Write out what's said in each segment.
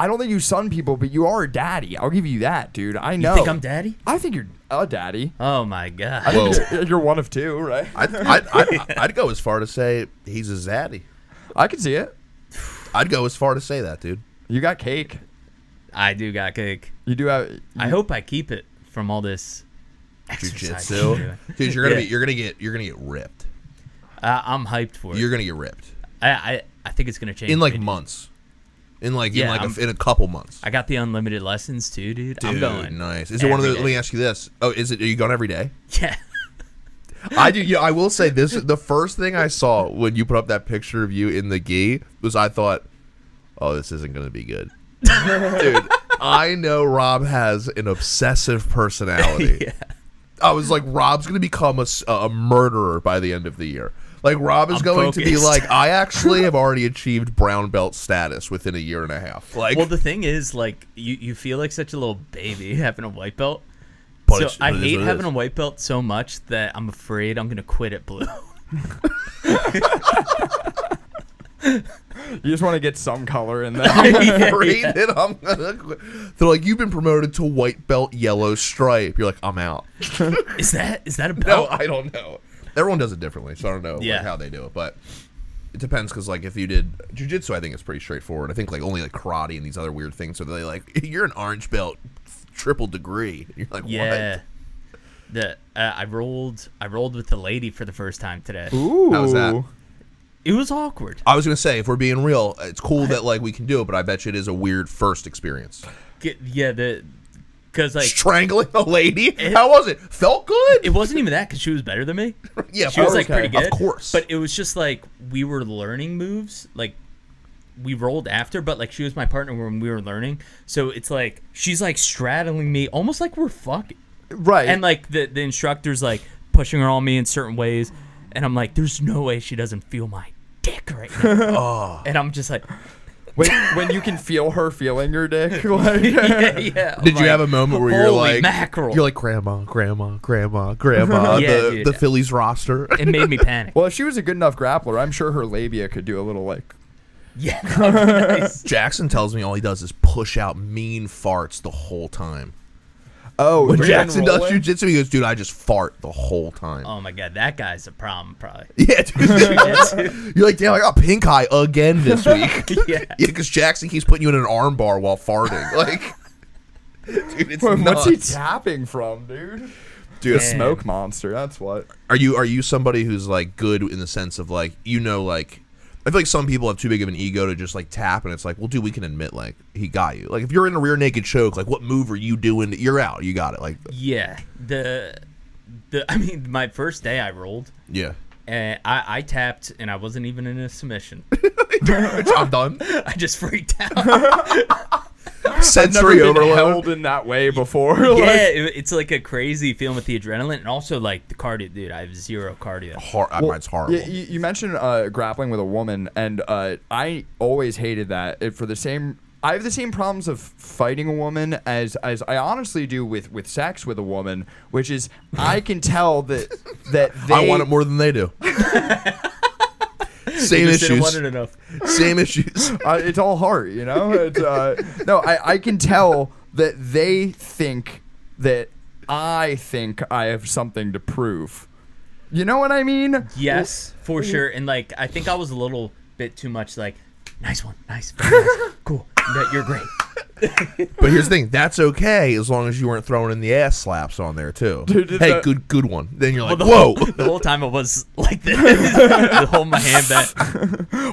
I don't think you son people, but you are a daddy. I'll give you that, dude. I know. You think I'm daddy? I think you're a daddy. Oh my god. I think Whoa. you're- you're one of two, right? I'd, I'd, I'd, I'd go as far to say he's a zaddy. I can see it. I'd go as far to say that, dude. You got cake. I do got cake. You do have. I hope I keep it from all this exercise. I'm Jiu-jitsu, doing. dude. You're gonna Yeah. be, you're gonna get, you're gonna get ripped. I- I'm hyped for it. You're gonna get ripped I, I I think it's gonna change in like me. months, in like Yeah, in I'm- like a, in a couple months. I got the unlimited lessons too, dude. I'm Dude, going. nice. Is it one of every those? day. Let me ask you this. Oh, is it? Are you going every day? Yeah. I do. Yeah, I will say this. The first thing I saw when you put up that picture of you in the gi was I thought, oh, this isn't going to be good, dude. I know Rob has an obsessive personality. I was like, Rob's going to become a, s- a murderer by the end of the year. Like Rob is I'm going to be focused. like, I actually have already achieved brown belt status within a year and a half. Like, Well, the thing is, like, you, you feel like such a little baby having a white belt. but so it's- I it is hate what it having is. a white belt so much that I'm afraid I'm gonna quit at blue. You just want to get some color in there. afraid that I'm gonna. quit. They're like, you've been promoted to white belt yellow stripe. You're like, I'm out. is that is that a No, belt? I don't know. Everyone does it differently, so I don't know like, Oh. Yeah. how they do it, but it depends because like if you did jujitsu, I think it's pretty straightforward. I think like only like karate and these other weird things. So they like, you're an orange belt, triple degree. You're like, yeah. what? The uh, I rolled I rolled with the lady for the first time today. Ooh. How's that? It was awkward. I was gonna say, if we're being real, it's cool that like we can do it, but I bet you it is a weird first experience. Get- yeah, the because like Strangling a lady? How was it? Felt good? it wasn't even that because she was better than me. yeah, She was like Okay. pretty good, Oh, Of course. But it was just like we were learning moves, like we rolled after, but like she was my partner when we were learning. So it's like she's like straddling me, almost like we're fucking, Right. and like the the instructor's like pushing her on me in certain ways, and I'm like, there's no way she doesn't feel my dick right now, Oh. and I'm just like, when, when you can feel her feeling your dick. Like, yeah, yeah. I'm Did like, you have a moment where you're oh "Holy like, mackerel." you're like, grandma, grandma, grandma, grandma, Yeah, the, dude. the Phillies roster? it made me panic. Well, if she was a good enough grappler, I'm sure her labia could do a little like. yeah, nice. Jackson tells me all he does is push out mean farts the whole time. Oh, When you're Jackson does enrolling? jujitsu, he goes, "Dude, I just fart the whole time." Oh my god, that guy's a problem, probably. Yeah, dude. you're like, "Damn, I got pink eye again this week." Yeah. because Jackson keeps putting you in an arm bar while farting. Like, dude, it's What's nuts. he tapping from, dude? dude, Man. Smoke monster. That's what. are you are you somebody who's like good in the sense of like you know like. I feel like some people have too big of an ego to just like tap, and it's like, well, dude, we can admit like he got you. Like if you're in a rear naked choke, like what move are you doing? You're out. You got it. Like, Yeah, the the I mean, my first day I rolled. yeah, And I, I tapped, and I wasn't even in a submission. I'm done. I just freaked out. sensory Never been overload. held in that way before. yeah, like- it, it's like a crazy feeling with the adrenaline, and also like the cardio, dude. I have zero cardio. Hor- uh, mine's horrible. Yeah, you, you mentioned uh, grappling with a woman, and uh, I always hated that. It, for the same, I have the same problems of fighting a woman as as I honestly do with with sex with a woman, which is I can tell that that they I want it more than they do. Same Just didn't want issues. it enough. Same issues. uh, it's all heart, you know. It's, uh, no, I, I can tell that they think that I think I have something to prove. You know what I mean? Yes, for sure. And like, I think I was a little bit too much like, nice one, nice, very nice, cool. No, you're great. But here's the thing: that's okay as long as you weren't throwing in the ass slaps on there too. did hey, that- good, good one. Then you're like, the whoa. whole, the whole time it was like this, the whole my hand back.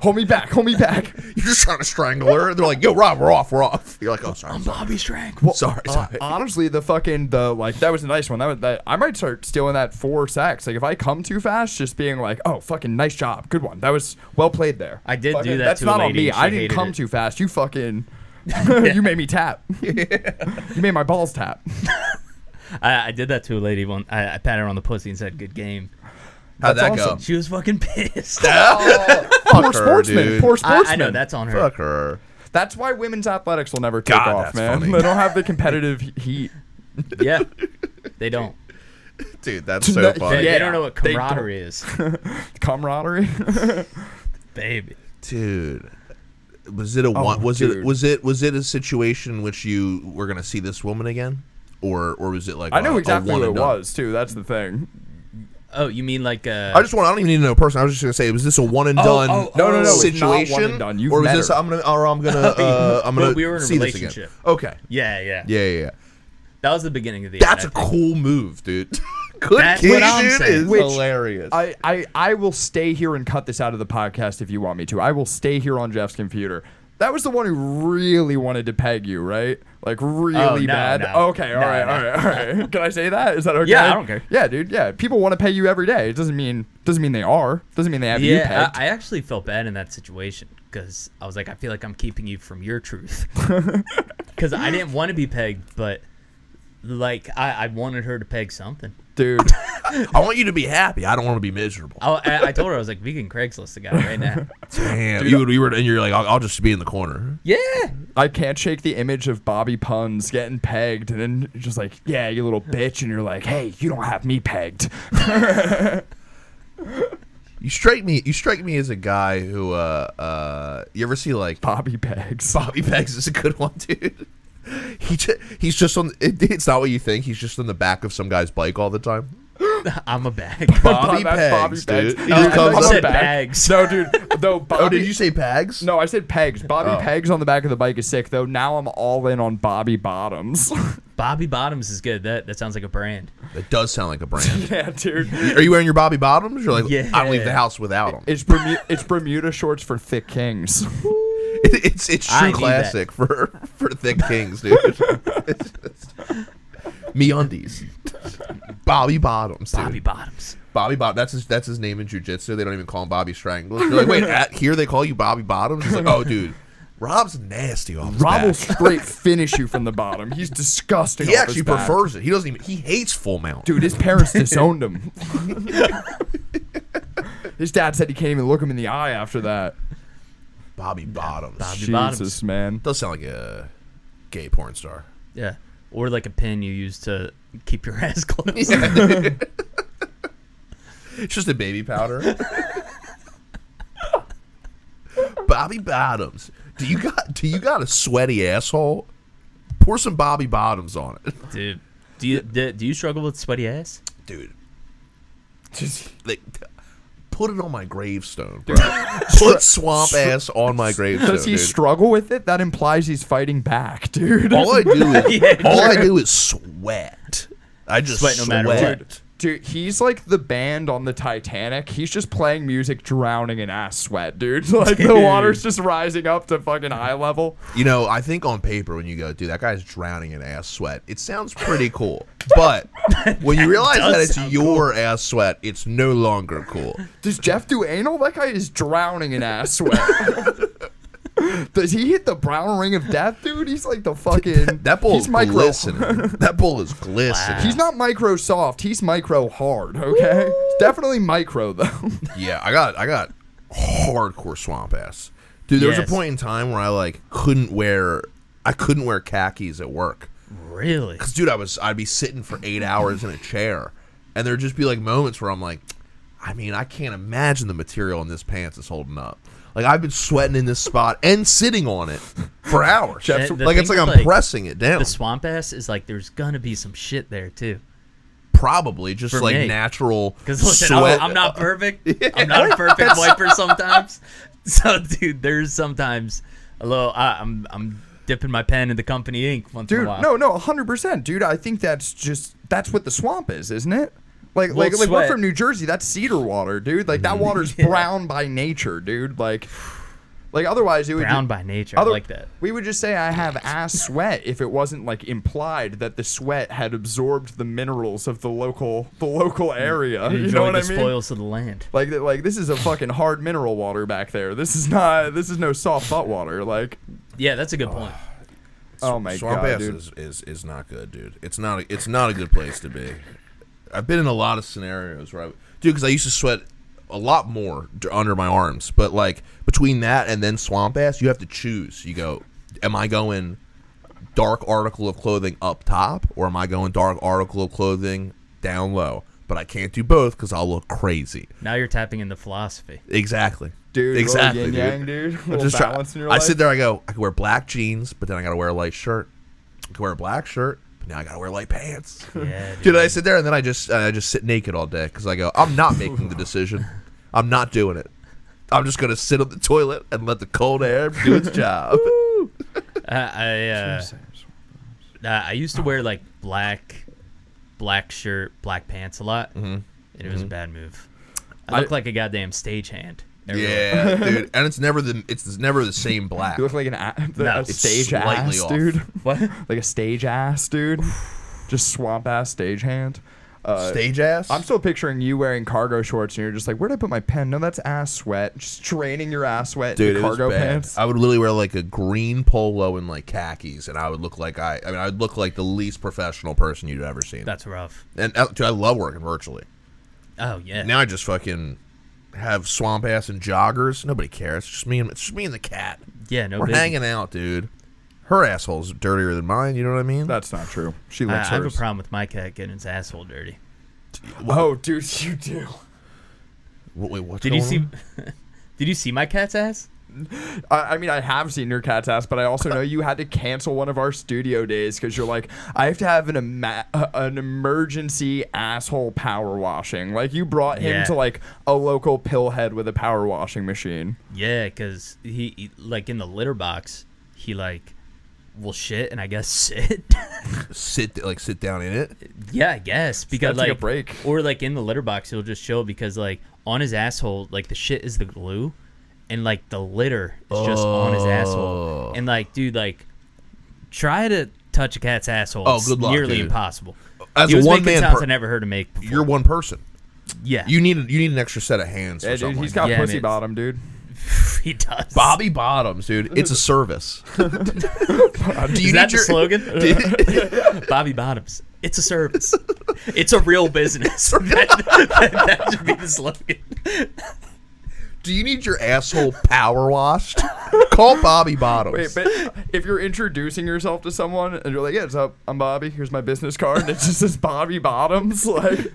Hold me back. Hold me back. You're just trying to strangle her. They're like, yo, Rob, we're off, we're off. You're like, oh, sorry, sorry, Bobby Strank. sorry. Uh, sorry. honestly, the fucking the like that was a nice one. That, was, that I might start stealing that for sex. Like if I come too fast, just being like, "Oh, fucking nice job, good one. That was well played there." I did do Fucking- that That's to a not on lady me. and she I didn't hated come it. too fast. You fucking, you made me tap. You made my balls tap. I, I did that to a lady one. I, I patted her on the pussy and said, "Good game." How'd that that's awesome. go? She was fucking pissed. Fuck poor her, sportsman. dude. Poor I, sportsman. I know that's on her. Fuck her. That's why women's athletics will never take God, off, that's man. funny. They don't have the competitive he- heat. Yeah, they don't. Dude, that's so That- funny. They, Yeah, they don't know what they don't. camaraderie is, Camaraderie. baby. Dude. was it a one? was it Oh, dude. was it was it a situation in which you were gonna see this woman again, or or was it like I know a- a exactly one what it and done? was too. That's the thing. Oh, you mean like uh, I just want. I don't even need to know a person. I was just gonna say, was this a one and Oh, done? oh, No, no, no, it's not one and Situation, done. You've or was met this? her. I'm gonna. Or I'm gonna. Uh, I'm Well, gonna. we were in a see this again. relationship. Okay. yeah, yeah, Yeah, yeah, yeah. That was the beginning of the. That's a ad, I think. cool move, dude. Good That's kid, what I'm dude, saying. is Which- hilarious. I, I, I will stay here and cut this out of the podcast if you want me to. I will stay here on Jeff's computer. That was the one who really wanted to peg you, right? Like really Oh, no, bad. no. Okay, No, all right, no. all right, all right. Can I say that? Is that okay? Yeah, I don't care. Yeah, dude. Yeah, people want to pay you every day. It doesn't mean doesn't mean they are. Doesn't mean they have you Yeah, pegged. I, I actually felt bad in that situation because I was like, I feel like I'm keeping you from your truth because I didn't want to be pegged, but like I, I wanted her to peg something. dude. I want you to be happy. I don't want to be miserable. I, I, I told her I was like, we can Craigslist the guy right now. Damn, you, would- you were, and you're like, I'll, I'll just be in the corner. yeah, I can't shake the image of Bobby Puns getting pegged and then you're just like, yeah, you little bitch, and you're like, hey, you don't have me pegged. You strike me. You strike me as a guy who, uh, uh, you ever see like Bobby pegs. Bobby Beggs is a good one, dude. He ju- he's just on. It, it's not what you think. He's just on the back of some guy's bike all the time. I'm a bag. Bobby That's Beggs, dude. Peggs. He Oh, just I comes thought you up- said Peg. bags. No, dude. Though Bobby. Oh, did you say Pags? No, I said pegs. Bobby Oh. pegs on the back of the bike is sick, though. Now I'm all in on Bobby bottoms. Bobby Bottoms is good. That that sounds like a brand. That does sound like a brand. yeah, dude. Are you wearing your Bobby Bottoms? You're like, I don't leave the Yeah. house without them. It's Bermuda, it's Bermuda shorts for thick kings. it's it's I true need that. classic for for thick kings, dude. It's just- Me undies, Bobby Bottoms, dude. Bobby Bottoms. Bobby Bottom. That's his. That's his name in jujitsu. They don't even call him Bobby Strangler. They're like, wait, at here they call you Bobby Bottoms. He's like, oh, dude, Rob's nasty off his Rob will back. straight finish you from the bottom. He's disgusting. He off his actually back. prefers it. He doesn't even. He hates full mount. Dude, his parents disowned him. his dad said he can't even look him in the eye after that. Bobby Bottoms Bobby- Jesus, bottoms. man. does sound like a gay porn star. Yeah, or like a pin you use to keep your ass closed. It's just a baby powder. Bobby Bottoms. Do you got? Do you got a sweaty asshole? Pour some Bobby Bottoms on it, Dude, do you do, do you struggle with sweaty ass? dude. Just like put it on my gravestone, bro. put swamp ass on my gravestone. Does he Dude. struggle with it? That implies he's fighting back, dude. all I do is Yeah, all I do is sweat. I just Sweat sweat. no matter Dude, dude, he's like the band on the Titanic. He's just playing music, drowning in ass sweat, dude. Like the Dude. water's just rising up to fucking eye level. You know, I think on paper when you go, dude, that guy's drowning in ass sweat. It sounds pretty cool, but when you realize does that it's sound your ass sweat, it's no longer cool. Does Jeff do anal? That guy is drowning in ass sweat. Does he hit the brown ring of death, dude? He's like the fucking That bull He's is micro. glistening. That bull is glistening. He's not micro soft. He's micro hard. Okay, definitely micro though. Yeah, I got I got hardcore swamp ass. Dude, there was Yes. a point in time where I like couldn't wear I couldn't wear khakis at work. Really? Cuz dude, I was I'd be sitting for 8 hours in a chair and there'd just be like moments where I'm like I mean, I can't imagine the material in this pants is holding up. Like I've been sweating in this spot and sitting on it for hours. Jeff, The- the like it's thing like I'm with, like, pressing it down. The swamp ass is like there's gonna be some shit there too. Probably just for like me. natural Because listen, sweat. I'm, I'm not perfect. I'm not a perfect wiper sometimes. So dude, there's sometimes a little. I, I'm I'm dipping my pen in the company ink once dude in a while. no no 100% dude i think that's just that's what the swamp is isn't it like Well, like like we're sweat. from new jersey that's cedar water dude like that water's brown by nature dude like like otherwise it would brown ju- by nature. other- I like that. we would just say i have ass sweat if it wasn't like implied that the sweat had absorbed the minerals of the local the local area you know Enjoy what the i mean spoils of the land. like, th- like this is a fucking hard mineral water back there. This is not. This is no soft butt water. Like, Yeah, that's a good point. oh my Swamp god, ass dude. Is, is is not good, dude. It's not a, it's not a good place to be. I've been in a lot of scenarios where I, dude, because I used to sweat a lot more d- under my arms, but like between that and then swamp ass, you have to choose. You go, am I going dark article of clothing up top, or am I going dark article of clothing down low? But I can't do both because I'll look crazy. Now you're tapping into philosophy. Exactly. dude. Exactly, Exactly, dude. yin-yang, dude. I Little just try- balance in your I life. sit there. I go. I can wear black jeans, but then I gotta wear a light shirt. I can wear a black shirt, but now I gotta wear light pants. Yeah, Dude, I sit there and then I just I just sit naked all day because I go. I'm not making the decision. I'm not doing it. I'm just gonna sit on the toilet and let the cold air do its job. Uh, I uh, uh, I used to wear like black, black shirt, black pants a lot, and it was a bad move. I I- look like a goddamn stagehand. everywhere. yeah, dude. And it's never the it's, it's never the same black. You look like an a, the- No, a it's stage slightly ass, off. dude. What? Like a stage ass, dude. Just swamp ass stagehand. Uh, Stage ass. I'm still picturing you wearing cargo shorts, and you're just like, "Where'd I put my pen? No, that's ass sweat. Just draining your ass sweat, dude. into it was cargo bad. pants." I would literally wear like a green polo and like khakis, and I would look like I. I mean, I would look like the least professional person you'd ever seen. That's rough. and uh, dude, I love working virtually. Oh yeah. Now I just fucking have swamp ass and joggers. Nobody cares. It's just me and it's just me and the cat. yeah. No. We're biggie. hanging out, dude. Her asshole's dirtier than mine. You know what I mean? That's not true. She I, I likes have a hers. problem with my cat getting his asshole dirty. Oh, dude, you do. Wait, wait, what's Did you going see? on? did you see my cat's ass? I, I mean, I have seen your cat's ass, but I also know you had to cancel one of our studio days because you're like, I have to have an ema- uh, an emergency asshole power washing. Like you brought him Yeah. to like a local pillhead with a power washing machine. Yeah, cause he, he- like in the litter box, he like will shit and I guess sit. sit like sit down in it? yeah, I guess because Gotta take like a break. or like in the litter box, it'll just show because like on his asshole, like the shit is the glue, and like the litter is just on his asshole. Oh. And like, dude, like try to touch a cat's asshole. Oh, It's good luck, nearly dude. impossible. As he a was one making man, sounds per- I never heard him make. Before. you're one person. yeah, You need you need an extra set of hands. Yeah, or something dude, he's like got Yeah, pussy man. bottom, dude. he does. that. Bobby Bottoms, dude. It's a service. Do you Is need that the your- slogan? Bobby Bottoms. It's a service. It's a real business. that, that- that should be the slogan. Do you need your asshole power washed? Call Bobby Bottoms. Wait, but if you're introducing yourself to someone and you're like, "Yeah, what's up? I'm Bobby. Here's my business card," and it just says Bobby Bottoms, like,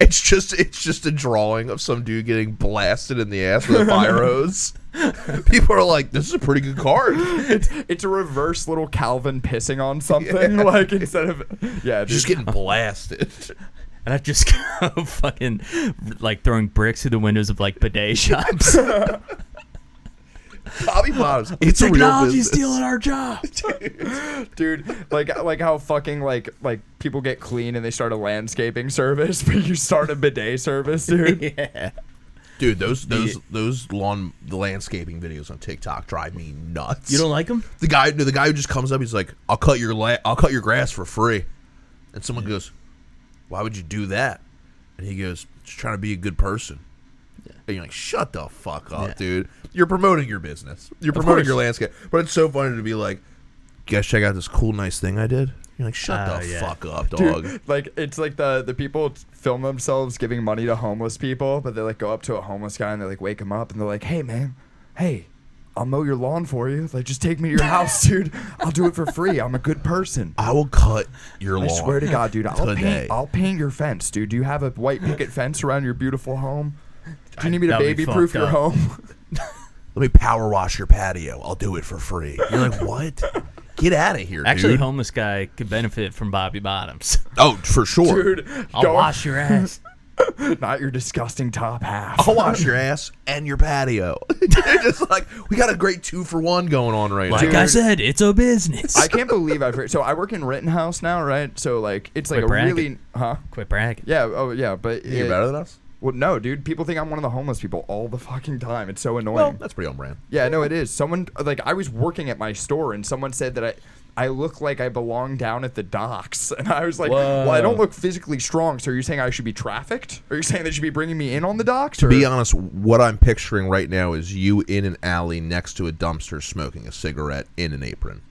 It's just it's just a drawing of some dude getting blasted in the ass with a fire hose. People are like, "This is a pretty good card." it's a reverse little Calvin pissing on something, like instead of yeah, dude. Just getting blasted. And I just go fucking like throwing bricks through the windows of like bidet shops. Bobby Bottoms. It's a real business. our job. dude like like how fucking like like people get clean and they start a landscaping service but you start a bidet service dude yeah. Dude, those those Yeah. those lawn the landscaping videos on TikTok drive me nuts. You don't like them? the guy no, the guy who just comes up, he's like, "I'll cut your la- I'll cut your grass for free," and someone goes, "Why would you do that?" And he goes, "Just trying to be a good person." And you're like, "Shut the fuck up, Yeah. dude! You're promoting your business. You're promoting course. your landscape." But it's so funny to be like, "You guys, check out this cool, nice thing I did." You're like, "Shut Oh, the yeah. fuck up, dog." Dude, like it's like the the people film themselves giving money to homeless people but they like go up to a homeless guy and they like wake him up and they're like hey man hey I'll mow your lawn for you. Like, just take me to your house, dude. I'll do it for free. I'm a good person. I will cut your I lawn. swear to God, dude. I'll Today. paint. I'll paint your fence, dude. Do you have a white picket fence around your beautiful home? Do you need me to That'd be baby-proof fucked your up. home? Let me power wash your patio. I'll do it for free. You're like, "What? Get out of here, Actually, dude!" homeless guy could benefit from Bobby Bottoms. oh, for sure. Dude, I'll go- wash your ass. Not your disgusting top half. I'll wash your ass and your patio. They're just like, we got a great two for one going on right Like now. I said, it's a business. I can't believe I have so I work in Rittenhouse now, right? So like it's like Quit a bragging. really huh? Quit bragging. Yeah, oh yeah, but You're it- better than us. well, no, dude, people think I'm one of the homeless people all the fucking time. It's so annoying. Well, that's pretty on brand. yeah, no, it is. Someone like I was working at my store and someone said that I I look like I belong down at the docks, and I was like, well, I don't Whoa. look physically strong. So are you saying I should be trafficked? Are you saying they should be bringing me in on the docks? Or? Be honest, what I'm picturing right now is you in an alley next to a dumpster smoking a cigarette in an apron.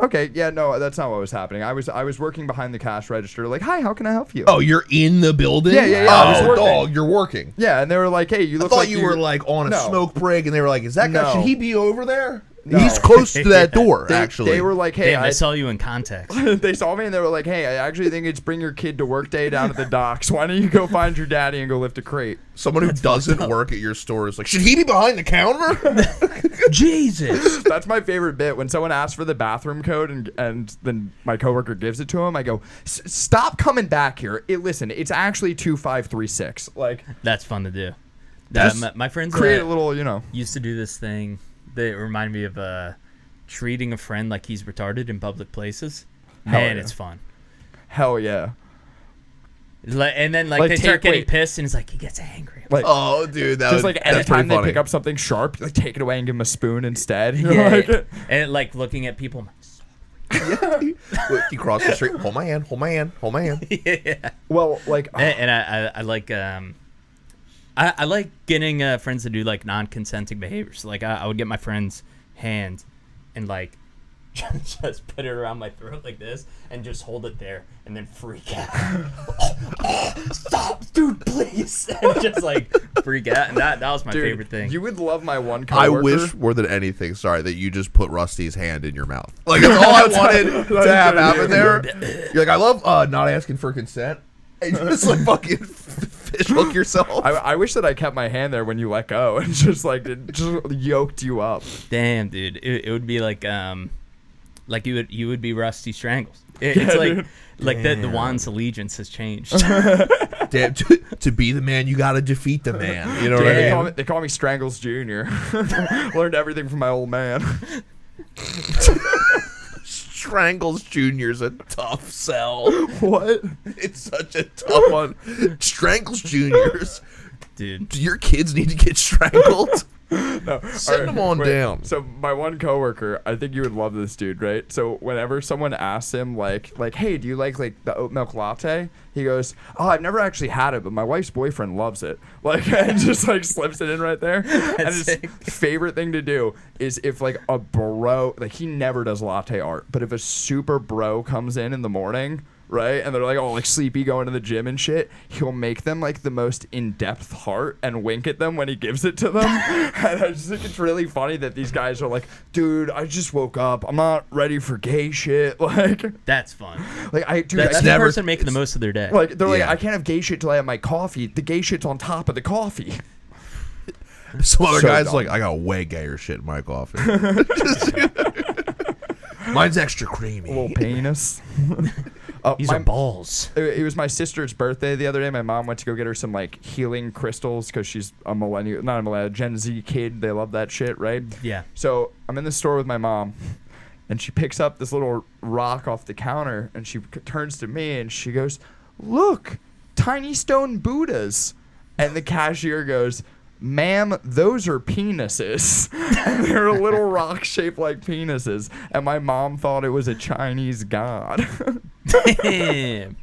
okay, yeah, no, that's not what was happening. I was I was working behind the cash register, like, hi, how can I help you? Oh, you're in the building? Yeah, yeah, yeah, I was Oh, working. dog, you're working. Yeah, and they were like, "Hey, you I look thought like you were like on a No. smoke break, and they were like, "Is that guy? No. Should he be over there?" No. He's close to that door, They, actually. they were like, "Hey, Damn, I, I- saw you in context. they saw me and they were like, "Hey, I actually think it's bring your kid to work day down at the docks. Why don't you go find your daddy and go lift a crate?" Someone who doesn't work at your store is like, should he be behind the counter? Jesus. That's my favorite bit when someone asks for the bathroom code and and then my coworker gives it to him. I go, "S- "Stop coming back here. It, listen, it's actually two five three six. Like, That's fun to do. That, That's- my, my friends create a that little, you know." used to do this thing that reminded me of uh, treating a friend like he's retarded in public places. Man, yeah. it's fun. Hell yeah. It's like- and then like, Like, they start take- getting wait. pissed, and it's like he gets angry. Like, oh, dude, that just was like every that's pretty time they funny. pick up something sharp, like take it away and give them a spoon instead. You know, yeah, like- yeah. and like looking at people. I'm like, Wait, you cross the street. Hold my hand. Hold my hand. Hold my hand. yeah. Well, like And, and I, I, I like um, I, I like getting uh, friends to do like non-consenting behaviors. Like I, I would get my friend's hand and like just put it around my throat like this and just hold it there and then freak out. Stop, dude, please! And just like freak out. And that that was my dude, favorite thing. You would love my one I coworker. wish more than anything, sorry, that you just put Rusty's hand in your mouth. Like that's all I wanted to have happen there. You're like, I love uh, not asking for consent. And you just like fucking fish hook yourself. I, I wish that I kept my hand there when you let go and just like it just yoked you up. Damn, dude, it, it would be like um, like you would you would be Rusty Strangles. It, it's Yeah, like dude. like the, the wand's allegiance has changed. Damn, to, to be the man, you gotta defeat the man. You know what Dude, they, I call mean? me, they call me Strangles Jr. Learned everything from my old man. Strangles Junior's a tough sell. what? It's such a tough one. Strangles Juniors. dude. Do your kids need to get strangled? No. Send alright, him on wait. down. So my one coworker, I think you would love this dude, right? So whenever someone asks him like like, "Hey, do you like like the oat milk latte?" He goes, "Oh, I've never actually had it, but my wife's boyfriend loves it." Like and just like slips it in right there. and his sick. favorite thing to do is if like a bro, like he never does latte art, but if a super bro comes in in the morning, right? And they're like all like sleepy going to the gym and shit. He'll make them like the most in-depth heart and wink at them when he gives it to them. and I just think it's really funny that these guys are like, "Dude, I just woke up. I'm not ready for gay shit." Like, That's fun. like I dude, That's, I, the never- person making the most of their day. like they're like, Yeah. "I can't have gay shit till I have my coffee." The gay shit's on top of the coffee. Some other So guy's dumb. like, I got way gayer shit in my coffee. Mine's extra creamy. Little penis. Uh, These my- are balls. it it was my sister's birthday the other day. My mom went to go get her some like healing crystals because she's a millennial, not a millennial, Gen Z kid. They love that shit, right? Yeah. So I'm in the store with my mom, and she picks up this little rock off the counter, and she c- turns to me and she goes, "Look, tiny stone Buddhas," and the cashier goes. Ma'am, those are penises. and they're little rock shaped like penises. And my mom thought it was a Chinese god. Damn.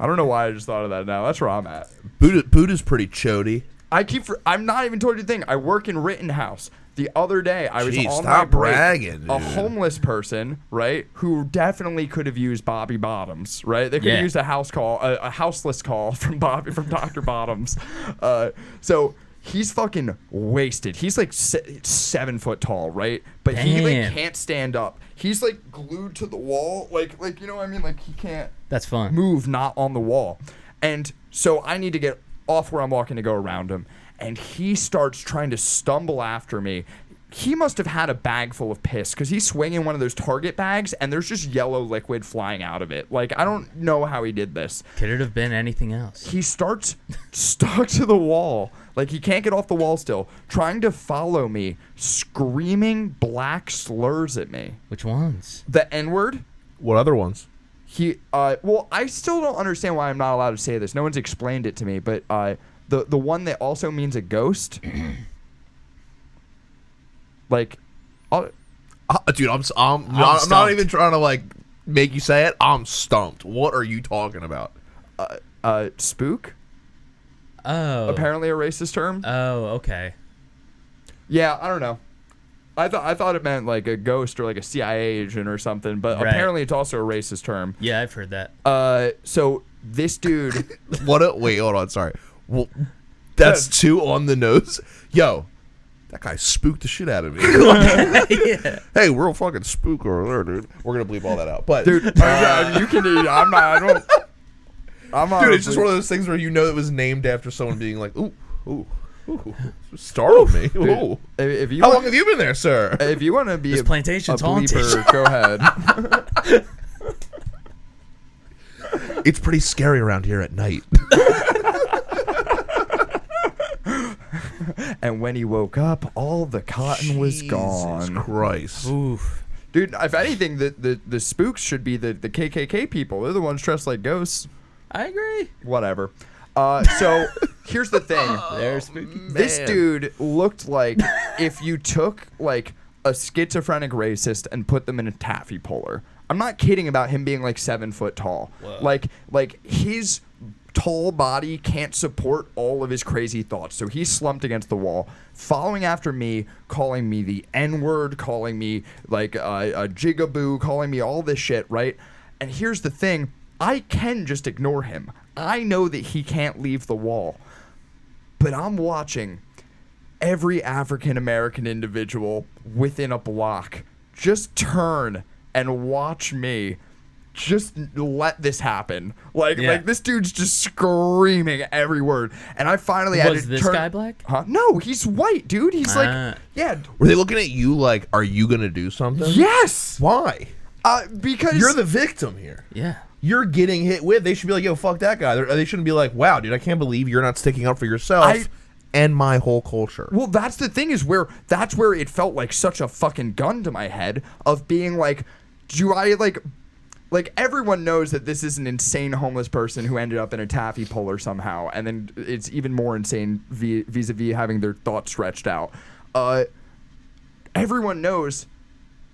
I don't know why I just thought of that now. That's where I'm at. Buddha, Buddha's pretty chody. I keep. For, I'm not even told you the thing. I work in Rittenhouse. The other day, I was Jeez, on my stop break. bragging, a dude. homeless person, right, who definitely could have used Bobby Bottoms, right? They could Yeah. have used a house call, a, a houseless call from Bobby from Doctor Bottoms. Uh, so he's fucking wasted. He's like se- seven foot tall, right? But he Damn. like can't stand up. He's like glued to the wall, like like you know what I mean? Like he can't That's fun. move not on the wall. And so I need to get off where I'm walking to go around him. And he starts trying to stumble after me. He must have had a bag full of piss because he's swinging one of those Target bags and there's just yellow liquid flying out of it. Like, I don't know how he did this. Could it have been anything else? He starts stuck to the wall. Like, he can't get off the wall still, trying to follow me, screaming black slurs at me. Which ones? The N word, What other ones? he uh well i still don't understand why i'm not allowed to say this no one's explained it to me but uh the the one that also means a ghost like I'll, Uh, dude, I'm, s- I'm, I'm, not, I'm not stumped. even trying to like make you say it. I'm stumped. What are you talking about? uh, uh spook Oh. apparently a racist term Uh. Oh, okay. yeah i don't know I thought I thought it meant like a ghost or like a CIA agent or something, but Right. apparently it's also a racist term. Yeah, I've heard that. Uh, so this dude, What? A, wait, hold on. Sorry. Well, that's two on the nose. Yo, that guy spooked the shit out of me. yeah. hey, we're a fucking spook over there, dude. We're gonna bleep all that out, but dude. okay, uh, you can. eat- I'm not. I don't. I'm dude, it's just honestly- one of those things where you know it was named after someone being like, ooh, ooh, ooh, startled me. Ooh. If, if you How want, long have you been there, sir? if you want to be This a, plantation's a bleeper, go ahead. It's pretty scary around here at night. And when he woke up, all the cotton was Jesus gone. Christ. Oof. Dude, if anything, the, the, the spooks should be the, the KKK people. They're the ones dressed like ghosts. I agree. Whatever. Uh, so here's the thing. They're spooky. This Man. dude looked like if you took like a schizophrenic racist and put them in a taffy puller. I'm not kidding about him being like seven foot tall. Like like his tall body can't support all of his crazy thoughts. So he's slumped against the wall, following after me, calling me the N-word, calling me like uh, a jigaboo, calling me all this shit, right? And here's the thing, I can just ignore him. I know that he can't leave the wall but I'm watching every African American individual within a block just turn and watch me just let this happen. Like Yeah. like this dude's just screaming every word. And I finally had Was to this turn- guy black? Huh? No, he's white, dude. He's Ah. like yeah, Were they looking at you like, are you gonna do something? yes. Why? Uh, because You're the victim here. Yeah. You're getting hit with. They should be like, yo, fuck that guy. They're, they should not be like, wow, dude, I can't believe you're not sticking up for yourself I- and my whole culture. Well, that's the thing is where that's where it felt like such a fucking gun to my head of being like, do I like, like everyone knows that this is an insane homeless person who ended up in a taffy puller somehow, and then it's even more insane vi- vis-a-vis having their thoughts stretched out. Uh, everyone knows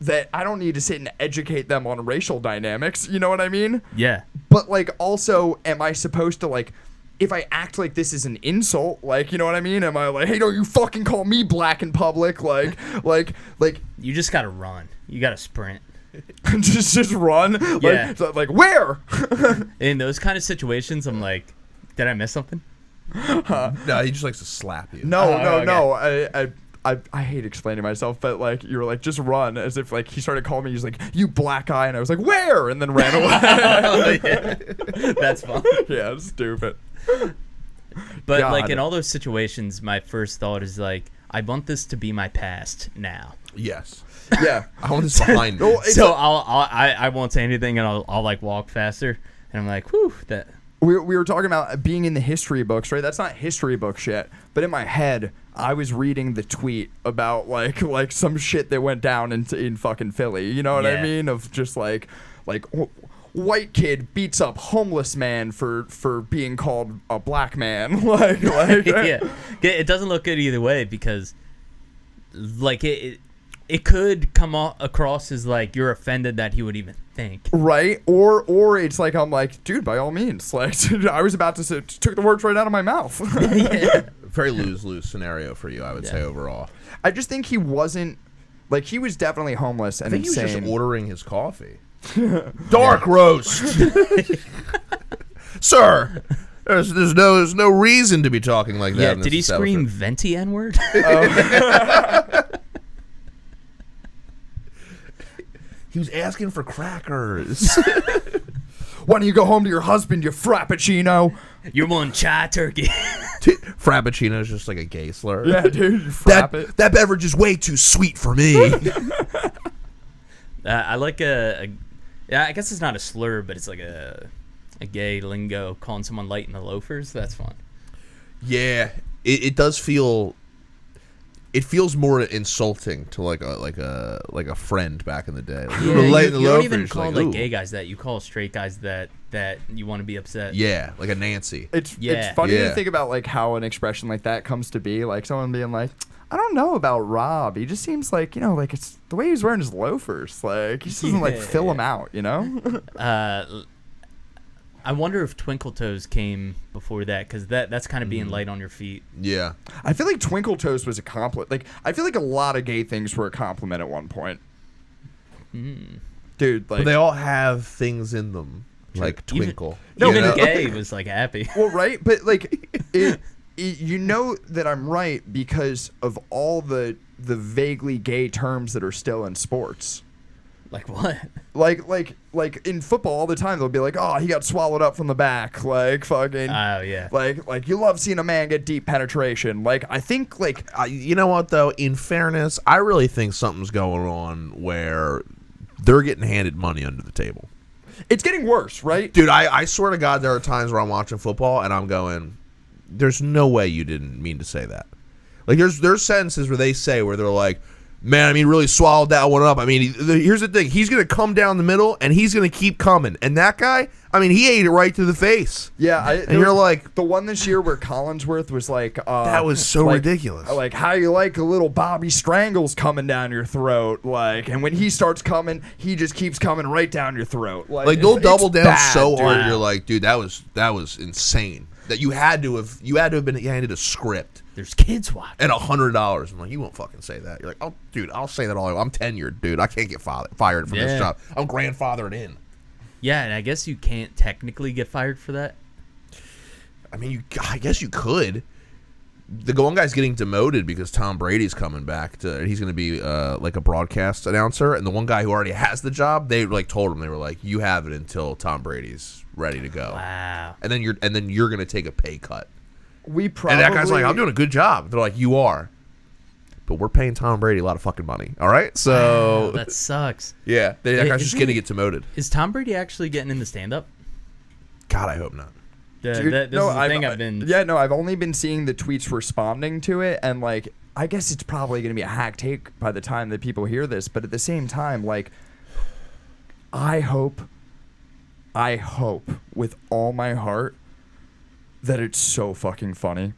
that I don't need to sit and educate them on racial dynamics. You know what I mean? Yeah. But like, also, am I supposed to like? If I act like this is an insult, like you know what I mean? Am I like, hey, don't you fucking call me black in public? Like, like, like, You just gotta run. You gotta sprint. just just run? Like, Yeah. so, like where? In those kind of situations, I'm like, did I miss something? no, he just likes to slap you. no, no, Oh, no. I, I, I, I hate explaining myself, but like, you were like, just run, as if like he started calling me. He's like, you black eye, and I was like, where? And then ran away. Oh, yeah. That's fun. yeah, it's stupid. But God. like in all those situations, my first thought is like, I want this to be my past now. Yes. Yeah. I want this behind me. It's so I'll, I'll I, I won't say anything and I'll, I'll like walk faster and I'm like, whew, that we, we were talking about being in the history books, right? That's not history book shit. But in my head, I was reading the tweet about like like some shit that went down in in fucking Philly. You know what I Yeah. mean? Of just like like wh- white kid beats up homeless man for for being called a black man. like like yeah, Yeah, it doesn't look good either way because like it it, it could come o- across as like you're offended that he would even think. Right or or it's like I'm like dude by all means like I was about to say, took the words right out of my mouth. yeah. Very lose lose scenario for you, I would say Yeah. overall. I just think he wasn't like he was definitely homeless and I think he was insane. just ordering his coffee. Dark roast, sir. There's, there's no there's no reason to be talking like that. in this Did he scream establishment. venti n word? He was asking for crackers. Why don't you go home to your husband, you frappuccino? you're one chai turkey. T- Frappuccino is just like a gay slur. Yeah, dude, you that frap it. that beverage is way too sweet for me. uh, I like a, a yeah. I guess it's not a slur, but it's like a a gay lingo calling someone light in the loafers. That's fun. yeah, it, it does feel. It feels more insulting to like a like a like a friend back in the day. Like, Yeah, "Ooh, light you, in the you don't loafers," even call like, like, "Ooh." gay guys that. You call straight guys that that you want to be upset. Yeah, like a Nancy. It's Yeah. it's funny Yeah. to think about like how an expression like that comes to be, like someone being like, "I don't know about Rob. He just seems like you know, like it's the way he's wearing his loafers. Like he just doesn't like Yeah. fill them out, you know." Uh, l- I wonder if Twinkle Toes came before that because that that's kind of being light on your feet. Yeah. I feel like Twinkle Toes was a compliment. Like I feel like a lot of gay things were a compliment at one point. Hmm. Dude, like But they all have things in them, like Even- twinkle. Even, you know? gay was like happy. Well, right, but like it, y- you know that I'm right because of all the the vaguely gay terms that are still in sports. Like what? Like like like in football all the time they'll be like, "Oh, he got swallowed up from the back." Like fucking Oh yeah. like like you love seeing a man get deep penetration. Like I think like I, you know what though? In fairness, I really think something's going on where they're getting handed money under the table. it's getting worse, right? Dude, I, I swear to God, there are times where I'm watching football and I'm going, "There's no way you didn't mean to say that." Like there's there's sentences where they say where they're like, "Man, I mean, really swallowed that one up." I mean, he, the, here's the thing: he's gonna come down the middle and he's gonna keep coming. And that guy, I mean, he ate it right to the face. Yeah, I, And you're like, the one this year where Collinsworth was like, uh, That was so like- ridiculous. Like how you like a little Bobby Strangles coming down your throat, like, and when he starts coming, he just keeps coming right down your throat. Like, Like they'll it's- double it's down bad, so hard. dude. You're like, dude, that was that was insane. That you had to have you had to have been handed a script There's kids watching. and a hundred dollars. I'm like, you won't fucking say that. You're like, oh, dude, I'll say that all I want. I'm tenured, dude. I can't get fi- fired from Yeah. this job. I'm grandfathered in. Yeah, and I guess you can't technically get fired for that. I mean, you. I guess you could. The one guy's getting demoted because Tom Brady's coming back. To, he's going to be uh, like a broadcast announcer, and the one guy who already has the job, they like told him they were like, you have it until Tom Brady's ready to go, Wow. and then you're and then you're going to take a pay cut. We probably And that guy's like, I'm doing a good job. They're like, you are. But we're paying Tom Brady a lot of fucking money. All right. Oh, So, that sucks. yeah, they- that Hey, guy's just isn't going to he- get demoted. Is Tom Brady actually getting in the stand up? God, I hope not. The, Dude, that- this no, is the I've- uh, thing I've been. Yeah, no, I've only been seeing the tweets responding to it, and like, I guess it's probably going to be a hack take by the time that people hear this. But at the same time, like, I hope, I hope with all my heart that it's so fucking funny.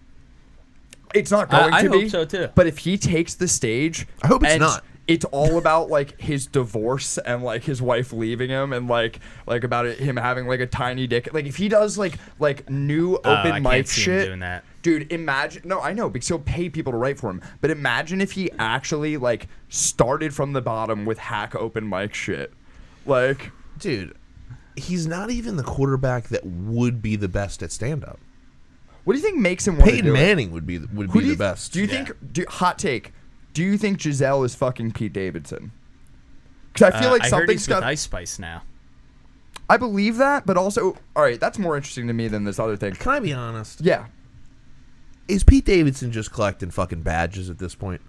It's not I- going I to hope be. so, too. But if he takes the stage, I hope it's and not. It's all about like his divorce and like his wife leaving him and like like about it, him having like a tiny dick. Like if he does like like new Oh, I open can't mic see him shit. doing that. Dude, imagine. No, I know because he'll pay people to write for him. But imagine if he actually like started from the bottom with hack open mic shit. Like, Dude, he's not even the quarterback that would be the best at stand up. what do you think makes him want to Peyton do it? Manning would be the- would Who be do the you- best. Do you Yeah. think? Do, hot take. Do you think Giselle is fucking Pete Davidson? Because I feel Uh, like I heard something's he's with got. Ice Spice now. I believe that, but also, all right, that's more interesting to me than this other thing. Can I be honest? Yeah, Is Pete Davidson just collecting fucking badges at this point?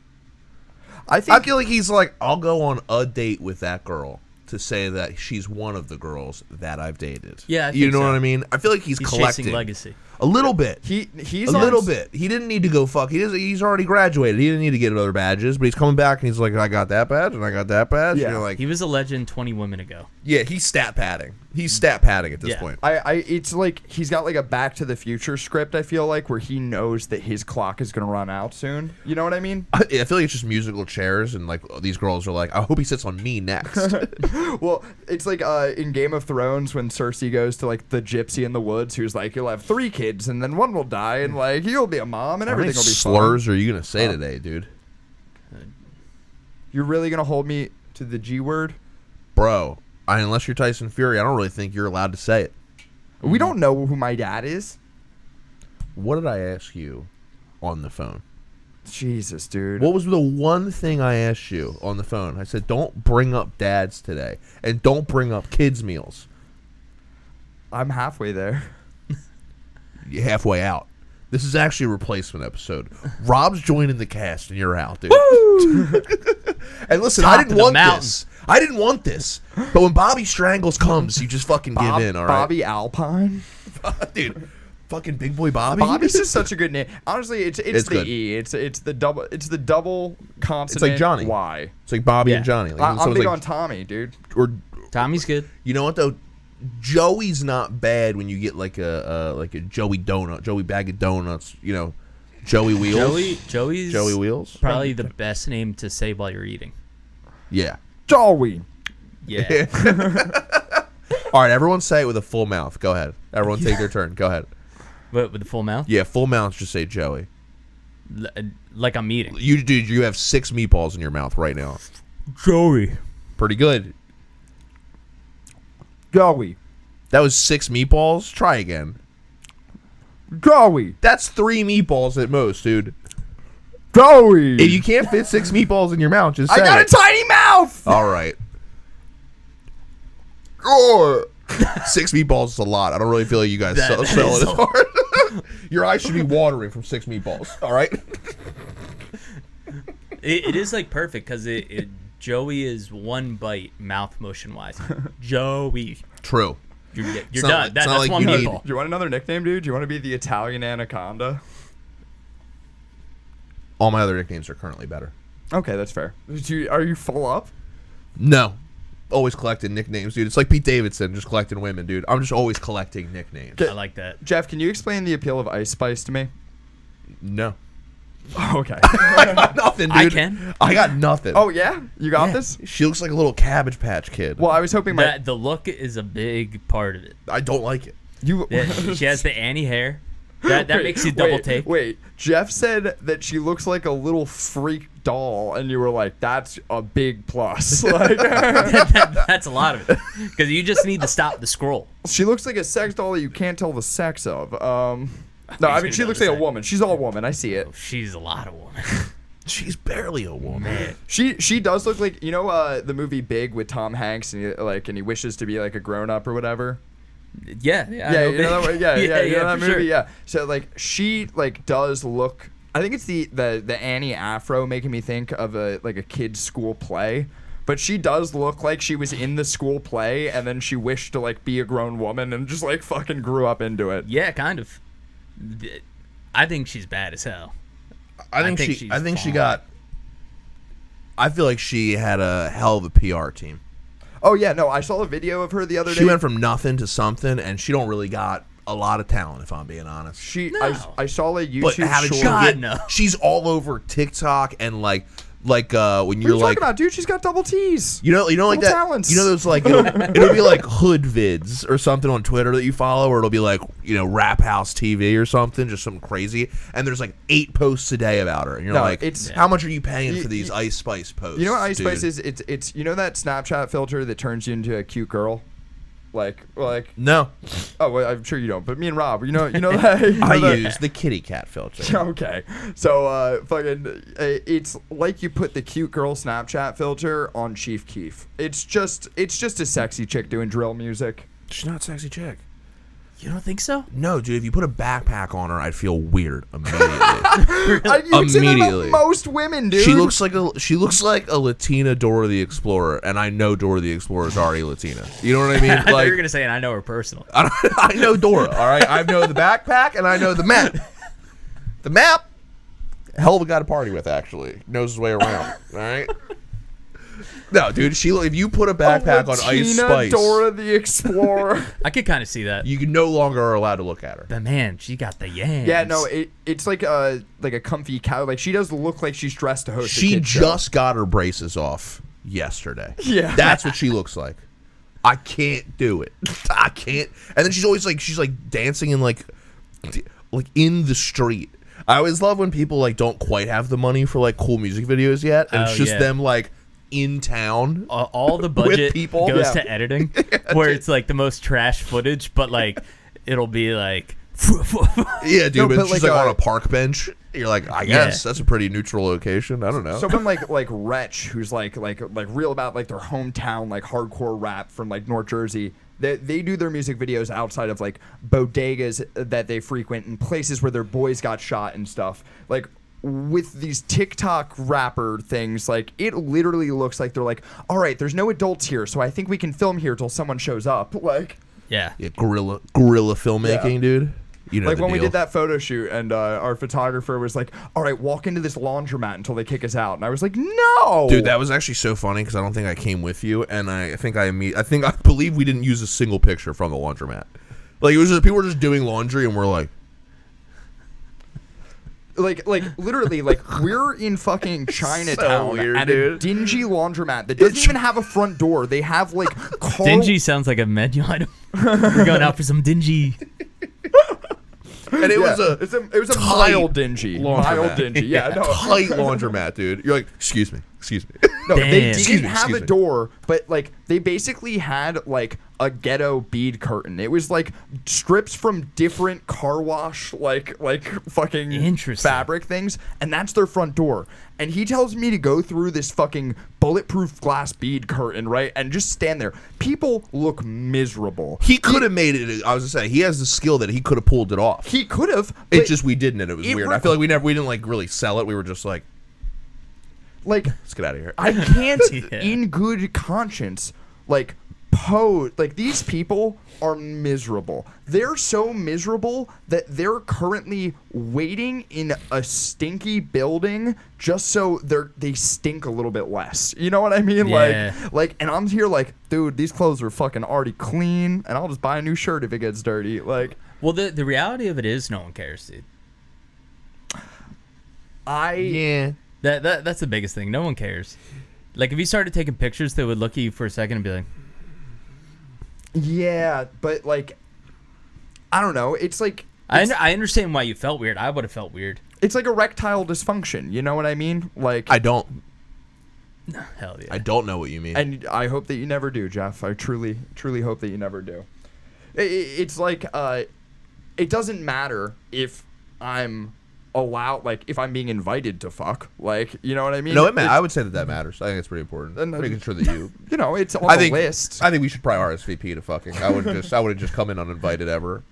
I think I feel like he's like, I'll go on a date with that girl to say that she's one of the girls that I've dated. Yeah, I you think know so. what I mean. I feel like he's, He's collecting chasing legacy. a little bit. he he's a on- little bit. He didn't need to go fuck. He doesn't, he's already graduated. He didn't need to get other badges, but he's coming back and he's like, I got that badge and I got that badge. Yeah. And you're like, He was a legend 20 women ago. yeah, he's stat padding. He's stat padding at this Yeah. point. I, I it's like he's got like a Back to the Future script. I feel like where he knows that his clock is gonna run out soon. You know what I mean? I, I feel like it's just musical chairs and like these girls are like, I hope he sits on me next. well, it's like uh, in Game of Thrones when Cersei goes to like the gypsy in the woods, who's like, "You'll have three kids, and then one will die, and like you'll be a mom, and How many everything will be fine." slurs are you gonna say today, dude? You're really gonna hold me to the G word? Bro, I, unless you're Tyson Fury, I don't really think you're allowed to say it. We Mm-hmm. don't know who my dad is. What did I ask you on the phone? Jesus, dude. What was the one thing I asked you on the phone? I said, don't bring up dads today and don't bring up kids' meals. I'm halfway there. You're halfway out. This is actually a replacement episode. Rob's joining the cast and you're out, dude. and listen, Top I of didn't the want mountain. this. I didn't want this. But when Bobby Strangles comes, you just fucking Bob- give in, all right? Bobby Alpine. dude. Fucking big boy Bobby. Bobby's just such a good name. Honestly, it's it's, It's the good. E. It's it's the double. It's the double consonant. Johnny. Y. It's like Bobby Yeah. and Johnny. Like, I, am someone's big like, on Tommy, dude. or Tommy's good. You know what though? Joey's not bad when you get like a uh, like a Joey donut, Joey bag of donuts. You know, Joey wheels. Joey, Joey's Joey wheels. probably the best name to say while you're eating. Yeah. Joey. Yeah. All right, everyone say it with a full mouth. Go ahead. Everyone take their turn. Go ahead. but with the full mouth? Yeah, full mouth. Just say Joey. L- like I'm eating. You dude, you have six meatballs in your mouth right now. Joey. Pretty good. Joey. That was six meatballs. Try again. Joey, That's three meatballs at most, dude. Joey. If you can't fit six meatballs in your mouth, just I say got a it. tiny mouth. All right. Oh, six meatballs is a lot. I don't really feel like you guys That- sell, that sell is it as a hard. Your eyes should be watering from six meatballs. All right. It, it is like perfect because it, it Joey is one bite mouth motion wise. Joey, True. you're, you're done. not- That, it's that's not like one you need- meatball. Do you want another nickname, dude? Do you want to be the Italian anaconda? All my other nicknames are currently better. Okay, that's fair. Did you, are you full up? No. Always collecting nicknames, dude. It's like Pete Davidson, just collecting women, dude. I'm just always collecting nicknames. I like that. Jeff, can you explain the appeal of Ice Spice to me? No. Okay. I got nothing, dude. I can. I got nothing. oh yeah, you got Yeah. this. She looks like a little cabbage patch kid. Well, I was hoping my That, the look is a big part of it. I don't like it. you. Yeah, she has the Annie hair. That, that Wait, makes you double wait, take. Wait, Jeff said that she looks like a little freak doll, and you were like, "That's a big plus." Like, That- that- that's a lot of it because you just need to stop the scroll. she looks like a sex doll that you can't tell the sex of. Um, no, I mean he's gonna she know looks the like a sex. Oh. woman. She's all woman. I see it. She's a lot of woman. She's barely a woman. Man. She she does look like you know uh, the movie Big with Tom Hanks and he, like and he wishes to be like a grown up or whatever. Yeah, yeah, I yeah, know you know that, big. one? yeah, yeah, you know that for movie, sure. yeah. So like she like does look. I think it's the the the Annie Afro making me think of a like a kids school play. But she does look like she was in the school play, and then she wished to like be a grown woman and just like fucking grew up into it. Yeah, kind of. Th- I think she's bad as hell. I think, think she. she's I think she fine. got. I feel like she had a hell of a PR team. Oh yeah, no, I saw a video of her the other She day. went from nothing to something, and she don't really got a lot of talent, if I'm being honest. she, No. I, I saw a YouTube. But haven't she? short- God, get- no. She's all over TikTok and like, like uh, What when are you're you like, talking about, dude? She's got double T's. you know, you know, like that. Little talents. You know those like, it'll, it'll be like hood vids or something on Twitter that you follow, or it'll be like, you know, rap house TV or something, just something crazy. And there's like eight posts a day about her, and you're No, like, it's- how much are you paying You- for these you- Ice Spice posts? You know what Ice dude? Spice is? It's it's you know that Snapchat filter that turns you into a cute girl, like like No, oh well, I'm sure you don't, but me and Rob, you know you know that you know I that- use the kitty cat filter. Okay, so uh, fucking, uh, it's like you put the cute girl Snapchat filter on Chief Keef. It's just it's just a sexy chick doing drill music. She's not a sexy chick. You don't think so? No, dude, if you put a backpack on her, I'd feel weird immediately. I, you would say that about Immediately. most women, dude. she looks like a she looks like a Latina Dora the Explorer, and I know Dora the Explorer is already Latina. You know what I I mean? thought you were Like gonna say, and I know her personally. I, don't- I know Dora. All right, I know the backpack and I know the map. The map, hell of a guy to party with. Actually, knows his way around. All right. No, dude. She if you put a A backpack on Ice Latina Spice, Dora the Explorer. I could kind of see that. you no longer are allowed to look at her. But man, she got the yams. yeah, no, it, it's like a like a comfy cow. Like she does look like she's dressed to host. a She kid show. just got her braces off yesterday. Yeah. That's what she looks like. I can't do it. I can't. And then she's always like she's like dancing in like d- like in the street. I always love when people like don't quite have the money for like cool music videos yet and Oh, it's just yeah. them like in town. Uh, A- all the budget people, goes yeah. to editing, where it's like the most trash footage, but like it'll be like. Yeah, dude, No, but, but, she's like, like, on uh, a park bench. You're like, I Yeah. guess that's a pretty neutral location. I don't know. someone like like Wretch, who's like like like real about like their hometown like hardcore rap from like North Jersey. They, they do their music videos outside of like bodegas that they frequent and places where their boys got shot and stuff. Like with these TikTok rapper things, like it literally looks like they're like, all right, there's no adults here, so I think we can film here till someone shows up. Like yeah. yeah, gorilla gorilla filmmaking, dude. You know like the when we deal. did that photo shoot and uh, our photographer was like, all right, walk into this laundromat until they kick us out, and I was like, no, Dude, that was actually so funny because I don't think I came with you, and I I think I imme- I think I believe we didn't use a single picture from the laundromat. Like it was just people were just doing laundry, and we're like, like like literally like we're in fucking Chinatown weird, at a dude. dingy laundromat that doesn't even have a front door. They have like Carl, Dingy sounds like a menu item. We're going out for some dingy. and Yeah. it was a it's a it was a tight mild dingy, mild laundromat. dingy. Yeah, no, tight laundromat, dude. You're like, excuse me, excuse me. no they Damn. didn't Excuse me, have excuse a me. door, but like they basically had like a ghetto bead curtain. It was like strips from different car wash like like fucking Interesting. fabric things, and that's their front door. And he tells me to go through this fucking bulletproof glass bead curtain, right, and just stand there. People look miserable. He could have made it. I was gonna say he has the skill that he could have pulled it off. He could have. It just we didn't, and it was it weird. I requ- feel like we never we didn't like really sell it. We were just like, like let's get out of here. I can't, Yeah. in good conscience, like pose. Like these people are miserable. They're so miserable that they're currently waiting in a stinky building just so they're they stink a little bit less. You know what I mean? Yeah. Like, like, and I'm here like, dude, these clothes are fucking already clean, and I'll just buy a new shirt if it gets dirty. Like, Well, the the reality of it is, no one cares, dude. I yeah. That, that that's the biggest thing. No one cares. Like if you started taking pictures, they would look at you for a second and be like, yeah, but like, I don't know. It's like. "I it's- un- I understand why you felt weird. I would have felt weird. it's like erectile dysfunction. You know what I mean? Like, I don't. Hell yeah. I don't know what you mean. and I hope that you never do, Jeff. I truly, truly hope that you never do. I- i it's like, uh, it doesn't matter if I'm allowed, like, if I'm being invited to fuck. Like, you know what I mean? no, it ma- It's- I would say that that matters. I think it's pretty important. And- Making sure that you. You know, it's on I the think. list. I think we should probably RSVP to fucking. I would just. I would have just come in uninvited ever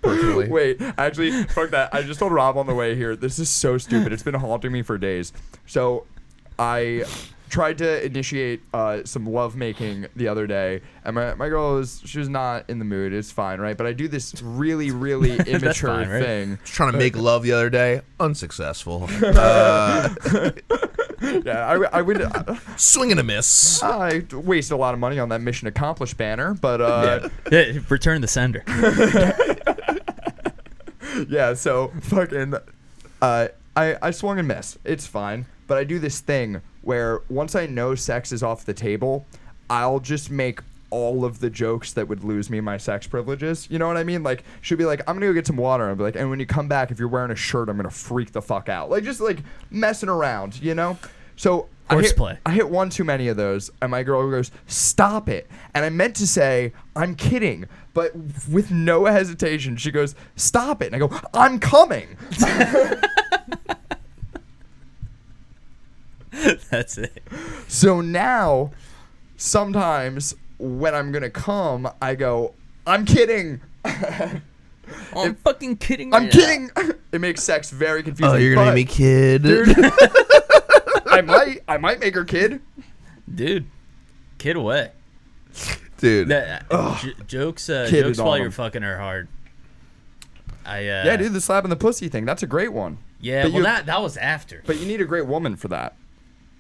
personally. Wait, actually, fuck that. I just told Rob on the way here. This is so stupid. It's been haunting me for days. So, I tried to initiate uh, some lovemaking the other day, and my, my girl was she was not in the mood. It's fine, right? But I do this really, really immature fine, right? thing. Just trying to make love the other day, unsuccessful. Uh, Yeah, I, I would. I, swing and a miss. I wasted a lot of money on that mission accomplished banner, but uh, Eh, Return the sender. yeah, so fucking uh I, I swung and missed. It's fine. But I do this thing where once I know sex is off the table, I'll just make all of the jokes that would lose me my sex privileges. You know what I mean? Like she'll be like, I'm gonna go get some water. I'll be like, and when you come back, if you're wearing a shirt, I'm gonna freak the fuck out. Like just like messing around, you know? So I hit- Horseplay. I hit one too many of those, and my girl goes, "Stop it!" And I meant to say, "I'm kidding," but with no hesitation, she goes, "Stop it!" And I go, "I'm coming." that's it. so now, sometimes when I'm gonna come, I go, "I'm kidding." I'm fucking kidding. I'm right now. kidding. it makes sex very confusing. Oh, you're gonna but- be kid. dude. I might, I might make her kid. dude. Kid away. Dude. That, j- jokes. Uh, Kidded jokes while on you're 'em. fucking are hard. I. Uh, Yeah, dude, the slap in the pussy thing—that's a great one. Yeah. But well, you- that that was after. But you need a great woman for that.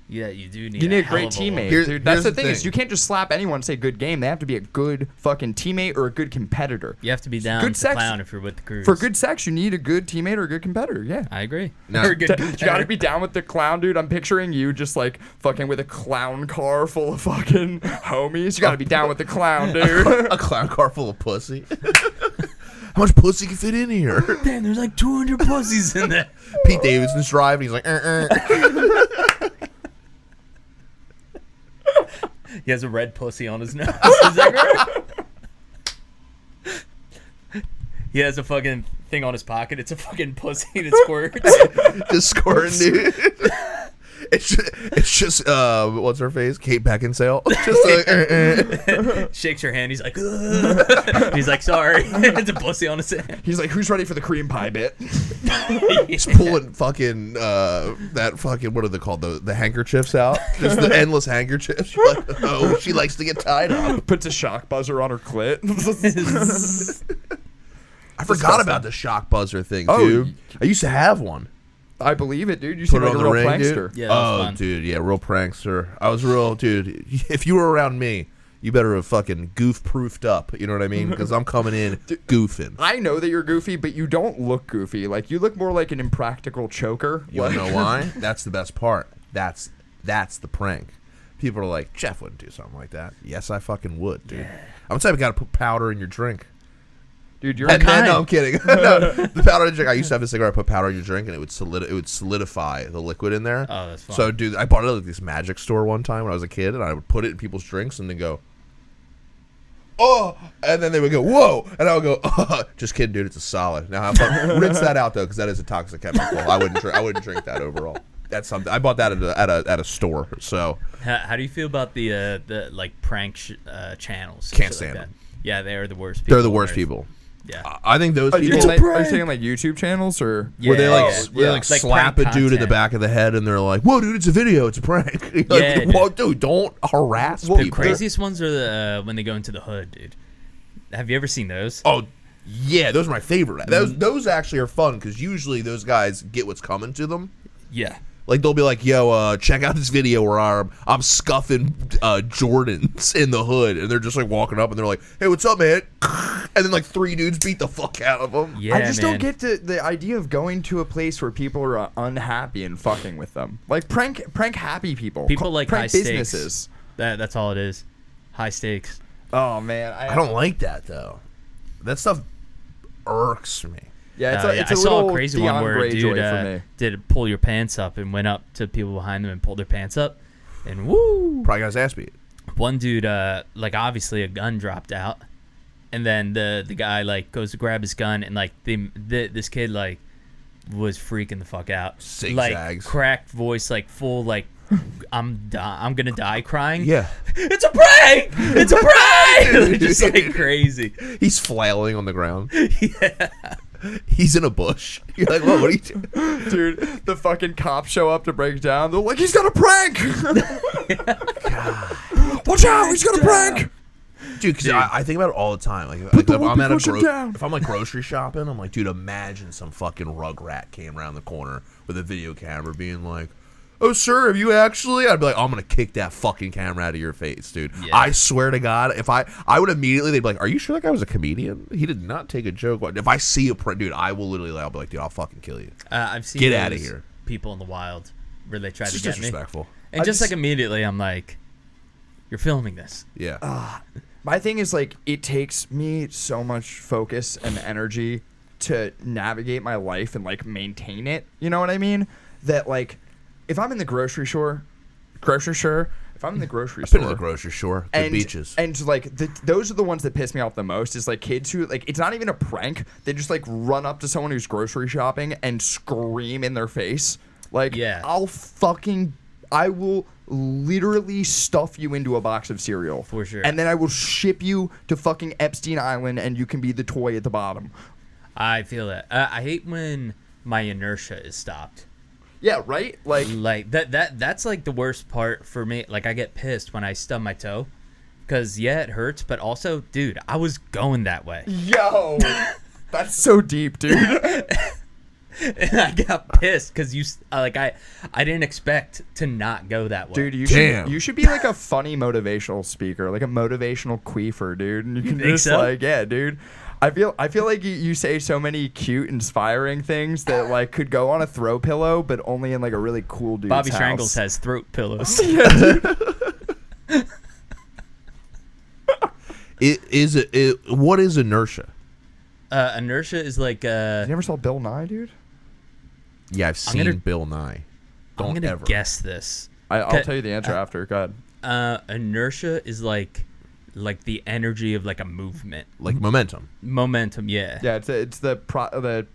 yeah, you do need. You need a hell great of woman. teammate. Here- dude. That's here's the the thing, is thing. you can't just slap anyone and say good game. They have to be a good fucking teammate or a good competitor. You have to be down Good to sex- clown if you're with the crew. For good sex, you need a good teammate or a good competitor. Yeah. I agree. No. Or a good You gotta be down with the clown, dude. I'm picturing you just like fucking with a clown car full of fucking homies. You gotta be down with the clown, dude. a clown car full of pussy. How much pussy can fit in here? Man, there's like 200 pussies in there. Pete Davidson's driving. He's like, uh, uh. He has a red pussy on his nose. Is that right? he has a fucking thing on his pocket. It's a fucking pussy that squirts. just scoring, dude. It's just, it's just uh, what's her face? Kate Beckinsale. Just like, uh, uh. Shakes her hand. He's like, "Ugh." he's like, sorry. it's a pussy on his hand. He's like, who's ready for the cream pie bit? just pulling fucking uh, that fucking what are they called? The the handkerchiefs out. Just the endless handkerchiefs. Like, oh, she likes to get tied up. Puts a shock buzzer on her clit. I forgot about the shock buzzer thing, Oh, dude. I used to have one. I believe it, dude. You put seem it like on a the real ring, prankster. dude. Yeah, that was oh, fun. dude, yeah, real prankster. I was real, dude. If you were around me, you better have fucking goof proofed up. You know what I mean? Because I'm coming in goofing. I know that you're goofy, but you don't look goofy. Like you look more like an impractical choker. You like, wanna know why? That's the best part. That's that's the prank. People are like, Jeff wouldn't do something like that. Yes, I fucking would, dude. I'm the type of guy to put powder in your drink. dude, you're And then, kind? no, I'm kidding. no, the powder in the drink. I used to have a cigar. I put powder in your drink, and it would solid. It would solidify the liquid in there. Oh, that's fun. So, dude, I bought it at like, this magic store one time when I was a kid, and I would put it in people's drinks, and then go, oh, and then they would go, whoa, and I would go, oh, just kidding, dude, it's a solid. Now I'm fucking, rinse that out though, because that is a toxic chemical. I wouldn't, drink, I wouldn't drink that overall. That's something I bought that at a at a, at a store, so How, how do you feel about the uh, the like prank sh- uh, channels? and Can't shit stand like that? them. Yeah, they are Oh, the worst. people. they're the on worst earth. people. Ah, Yeah. I think those Are you, people. saying, like, are you saying like YouTube channels or? Where they like, Yeah. s- where they, like, Like slap a prank dude in the content. back of the head and they're like, "Whoa, dude, it's a video, it's a prank." Like, Yeah, dude. Whoa, dude, don't harass Well, The people. craziest ones are the uh, when they go into the hood, dude. Have you ever seen those? Oh, yeah, those are my favorite. Mm-hmm. Those those actually are fun because usually those guys get what's coming to them. Yeah. Like they'll be like, "Yo, uh, check out this video where I'm I'm scuffing uh, Jordans in the hood," and they're just like walking up and they're like, "Hey, what's up, man?" And then like three dudes beat the fuck out of them. Yeah. I just man. don't get the, the idea of going to a place where people are uh, unhappy and fucking with them. Like prank prank happy people. people Cl- like high prank stakes. businesses. That that's all it is. High stakes. Oh man, I, I don't like that though. That stuff irks me. Yeah, it's Uh, a, yeah, it's a I saw little a crazy Dion one where a Greyjoy dude for uh, me. did pull your pants up and went up to people behind them and pulled their pants up, and woo! Probably got his ass beat. One dude, uh, like obviously a gun dropped out, and then the the guy like goes to grab his gun and like the, the this kid like was freaking the fuck out, like Zigzags. cracked voice, like full like I'm di- I'm gonna die crying. Yeah, it's a prank! It's a prank! Just like crazy. he's flailing on the ground. he's in a bush. You're like, "Whoa, what are you?" doing?" Dude, the fucking cops show up to break down. They're like, he's got a prank. Watch out, he's got a prank. dude. Because I, I think about it all the time. Like, like, the if whoopee I'm at a cushion gro- down. if I'm like grocery shopping, I'm like, dude, imagine some fucking rugrat came around the corner with a video camera, being like, "Oh, sir, have you actually?" I'd be like, "I'm gonna kick that fucking camera out of your face, dude." Yeah. I swear to God, if I I would immediately they'd be like, "Are you sure that guy was a comedian? He did not take a joke." If I see a print, dude, I will literally, like, I'll be like, "Dude, I'll fucking kill you." Uh, I've seen Get outta those here. People in the wild where they try It's to just get me, and disrespectful. I just, just- like immediately I'm like, "You're filming this." Yeah. My thing is like, it takes me so much focus and energy to navigate my life and like maintain it. You know what I mean? That like, if I'm in the grocery store, grocery store, if I'm in the grocery Been to store, the grocery store, the and beaches. and like the, those are the ones that piss me off the most is like kids who like it's not even a prank they just like run up to someone who's grocery shopping and scream in their face like Yeah. i'll fucking i will literally stuff you into a box of cereal For sure. and then i will ship you to fucking epstein island and you can be the toy at the bottom I feel that. Uh, I hate when my inertia is stopped. yeah right like Like that that that's like the worst part for me. Like I get pissed when I stub my toe, because yeah, it hurts, but also, dude, I was going that way, yo that's so deep dude and I got pissed because you s- uh, like I I didn't expect to not go that way. Dude, you Damn. should you should be like a funny motivational speaker, like a motivational queefer, dude. And you can think just so? like, yeah, dude. I feel I feel like you, you say so many cute, inspiring things that like could go on a throw pillow, but only in like a really cool dude's Bobby house. Strangles has throat pillows. it is it, it. What is inertia? uh, inertia is like uh, You never saw Bill Nye, dude? Yeah, I've I'm seen gonna- Bill Nye. Don't I'm gonna ever. guess this. I, Okay. I'll tell you the answer after. God, Uh, inertia is like like the energy of like a movement, Like momentum. momentum. Yeah. yeah, it's it's the pro, the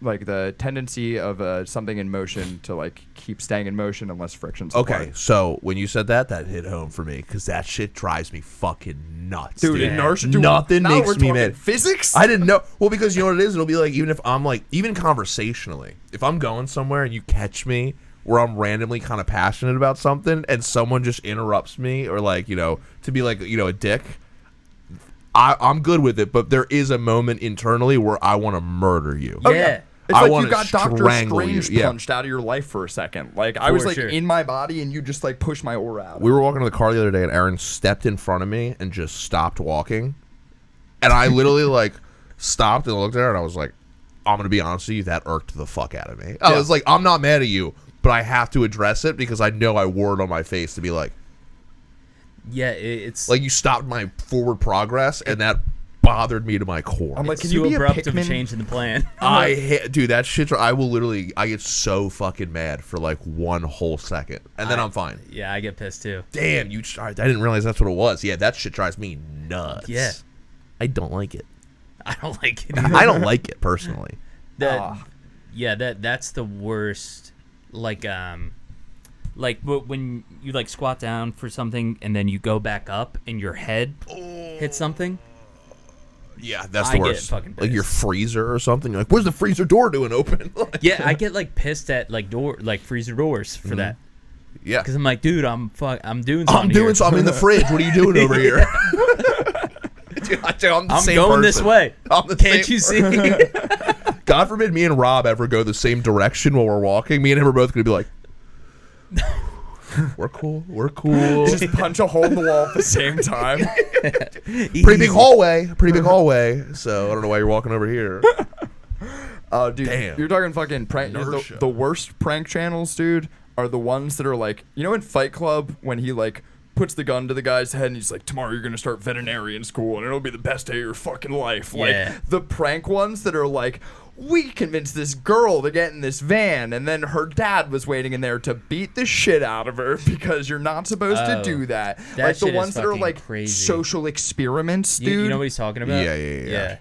like the tendency of uh, something in motion to like keep staying in motion unless friction's Okay, applied. so when you said that, that hit home for me because that shit drives me fucking nuts, Dude, dude. Yeah. inertia. Dude, Nothing now makes we're me talking mad. Physics. I didn't know. Well, because you know what it is. It'll be like even if I'm like even conversationally, if I'm going somewhere and you catch me where I'm randomly kind of passionate about something and someone just interrupts me or like you know to be like you know a dick. I, I'm good with it, but there is a moment internally where I want to murder you. Oh, yeah. It's I like wanna you got Doctor strangle you, Strange yeah. punched out of your life for a second. Like I was For like sure. in my body, and you just like pushed my aura out. We were walking to the car the other day, and Aaron stepped in front of me and just stopped walking. And I literally like stopped and looked at her, and I was like, "I'm gonna be honest with you, that irked the fuck out of me." I Yeah. was like, "I'm not mad at you, but I have to address it because I know I wore it on my face to be like, Yeah. It, it's like you stopped my forward progress, and that bothered me to my core. I'm like, can It's you too be a abrupt of a Pikmin? change in the plan. I hate, dude, that shit. I will literally, I get so fucking mad for like one whole second, and then I, am fine. yeah, I get pissed too. Damn, you! I didn't realize that's what it was. Yeah, that shit drives me nuts. Yeah. I don't like it. I don't like it. I don't like it personally. that Ah. yeah that that's the worst like um like wh- when you like squat down for something and then you go back up and your head Oh. hits something Yeah, that's I the get worst. fucking like your pissed. freezer or something. You're like, where's the freezer door doing open? Like, yeah i get like pissed at like door like freezer doors for that yeah. "Oh, because i'm like dude i'm fuck i'm doing something Mm-hmm. I'm doing here. something in the fridge. What are you doing over here? Dude, I- dude, I'm, the i'm same going this person. way I'm the can't same you see God forbid me and Rob ever go the same direction while we're walking. Me and him are both gonna be like, we're cool. We're cool. Just punch a hole in the wall at the same time. pretty big hallway. Pretty big hallway. So I don't know why you're walking over here. Oh, dude, Damn. you're talking fucking prank. Nerd The, show. the worst prank channels, dude, are the ones that are like, you know, in Fight Club when he like puts the gun to the guy's head and he's like, "Tomorrow you're gonna start veterinarian school and it'll be the best day of your fucking life." Yeah. Like the prank ones that are like. We convinced this girl to get in this van, and then her dad was waiting in there to beat the shit out of her because you're not supposed to Oh. do that. That like the shit is ones that are fucking like crazy. social experiments, dude. you, you know what he's talking about Yeah, yeah, yeah.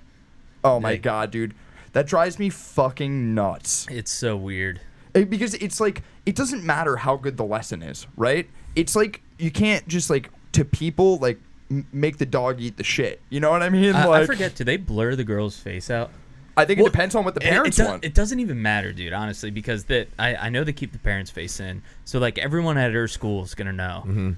oh my like- god, dude, that drives me fucking nuts. it's so weird Uh, because it's like it doesn't matter how good the lesson is right it's like you can't just like to people like m- make the dog eat the shit you know what i mean I, like I forget do they blur the girl's face out I think Well, it depends on what the it- parents it, does- want It doesn't even matter, dude. Honestly, because that I, I know they keep the parents' face in, so like everyone at her school is gonna know. Mm-hmm.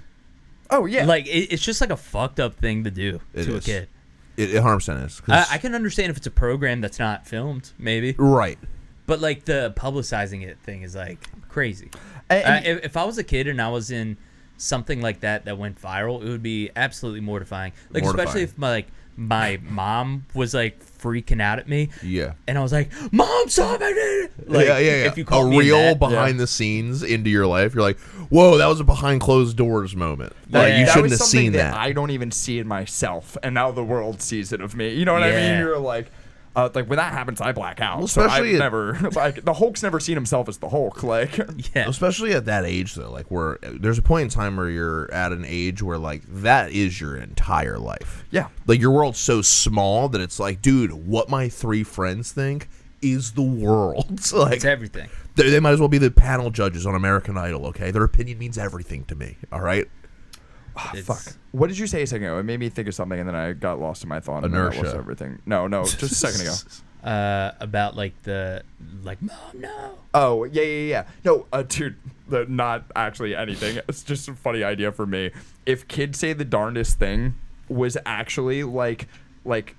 oh yeah Like it, it's just like a fucked up thing to do It to is. a kid. It, it 100% is. 'cause- I, I can understand if it's a program that's not filmed, maybe, right. but like the publicizing it thing is like crazy. And- and- uh, if, if I was a kid and I was in something like that that went viral, it would be absolutely mortifying. Like especially Mortifying. if my like my mom was like freaking out at me. Yeah. And I was like, "Mom, stop it!" Like, yeah, yeah, yeah. If you caught a me in real that- behind the scenes into your life, you're like, whoa, that was a behind closed doors moment. Like, Yeah. you that shouldn't was have something seen that. i don't even see in myself and now the world sees it of me you know what i mean Yeah. you're like uh, like when that happens i black out Well, so i've especially it- never like the hulk's never seen himself as the hulk like Yeah. Especially at that age, though, like where there's a point in time where you're at an age where like that is your entire life. Yeah. Like your world's so small that it's like, dude, what my three friends think is the world. like It's everything. they, they might as well be the panel judges on American Idol. Okay, their opinion means everything to me. All right, Ah, It's- Fuck. What did you say a second ago? It made me think of something, and then I got lost in my thought. And then I lost Inertia. everything. No, no, just a second ago. Uh, about like the like mom no. Oh yeah, yeah, yeah. No, uh, dude, the, not actually anything. It's just a funny idea for me. If kids say the darndest thing was actually like, like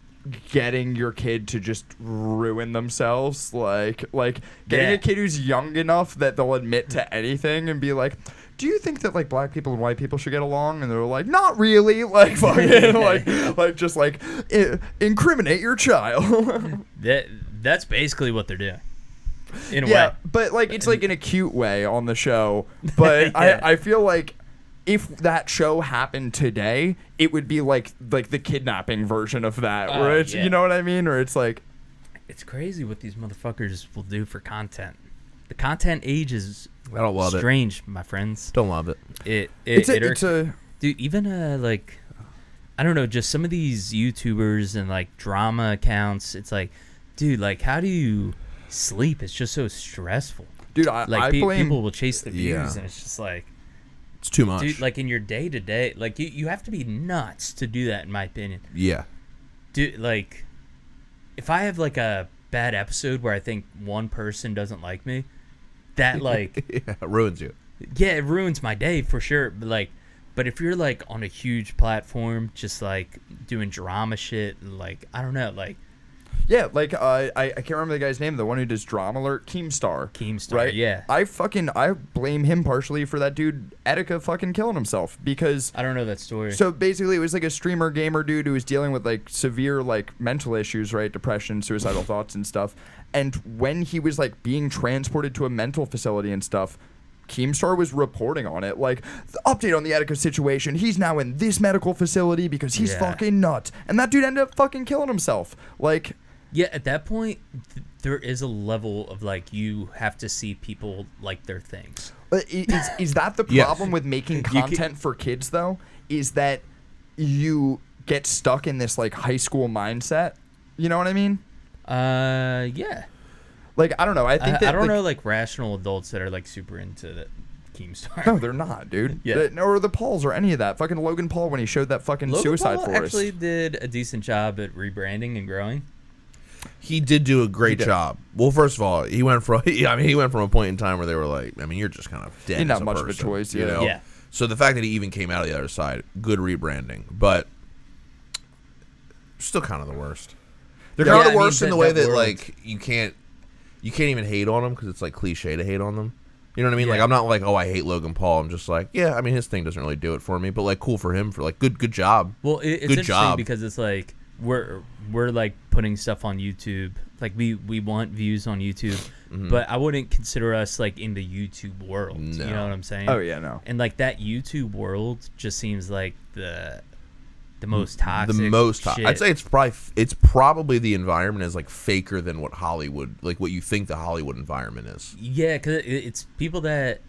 getting your kid to just ruin themselves, like, like getting Yeah. a kid who's young enough that they'll admit to anything and be like. Do you think that like black people and white people should get along? And they're like, not really. Like fucking, like, like just like I- incriminate your child. That that's basically what they're doing. In a Yeah, way. but like it's like in a cute way on the show. But Yeah. I, I feel like if that show happened today, it would be like like the kidnapping version of that, Oh, where it's yeah. you know what I mean, or it's like It's crazy what these motherfuckers will do for content. The content age is I don't love it. strange, my friends. Don't love it. It it, it's a, it irks- it's a dude. Even uh like, I don't know, just some of these YouTubers and like drama accounts. It's like, dude, like how do you sleep? It's just so stressful. dude. I, Like I pe- blame people will chase the views, Yeah. and it's just like. It's too much. dude like in your day to day like you, you have to be nuts to do that in my opinion yeah, dude like if i have like a bad episode where i think one person doesn't like me that like yeah, it ruins you. yeah it ruins my day for sure but like but if you're like on a huge platform just like doing drama shit and like i don't know like Yeah, like uh, I I can't remember the guy's name, the one who does Drama Alert, Keemstar. Keemstar, right? yeah. I fucking I blame him partially for that dude Etika fucking killing himself because i don't know that story So basically, it was like a streamer gamer dude who was dealing with like severe like mental issues, right? Depression, suicidal thoughts, and stuff. And when he was like being transported to a mental facility and stuff, Keemstar was reporting on it, like the update on the Attica situation. He's now in this medical facility because he's Yeah. fucking nuts, and that dude ended up fucking killing himself. Like, Yeah, at that point, th- there is a level of like you have to see people like their things. uh, i- is is that the Yes. problem with making can- content for kids though? Is that you get stuck in this like high school mindset? You know what I mean? Uh, yeah. Like, I don't know. I I, think I that don't the- know like rational adults that are like super into the Keemstar. No, they're not, dude. Yeah. The- or the Pauls or any of that. Fucking Logan Paul when he showed that fucking Logan suicide Paul forest. actually did a decent job at rebranding and growing. He did do a He great did. job. Well, first of all, he went from I mean, he went from a point in time where they were like, I mean, you're just kind of dead. You're not as a much of a person, choice, you yeah. know. Yeah. So the fact that he even came out of the other side, good rebranding, but still kind of the worst. They're Yeah, kind I of mean, the worst that- in the way that that, world- like you can't you can't even hate on them because it's like cliche to hate on them. You know what I mean? Like Yeah. I'm not like, oh, I hate Logan Paul. I'm just like, yeah. I mean, his thing doesn't really do it for me, but like, cool for him for like, good, good job. Well, it, it's Good interesting job. because it's like we're we're like putting stuff on YouTube. Like we we want views on YouTube, Mm-hmm. but I wouldn't consider us like in the YouTube world. You No. know what I'm saying? Oh yeah, no. And like that YouTube world just seems like the the most toxic. the most toxic. toxic. I'd say it's probably f- it's probably the environment is like faker than what Hollywood like what you think the Hollywood environment is. yeah, because it, it's people that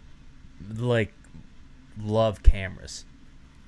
like love cameras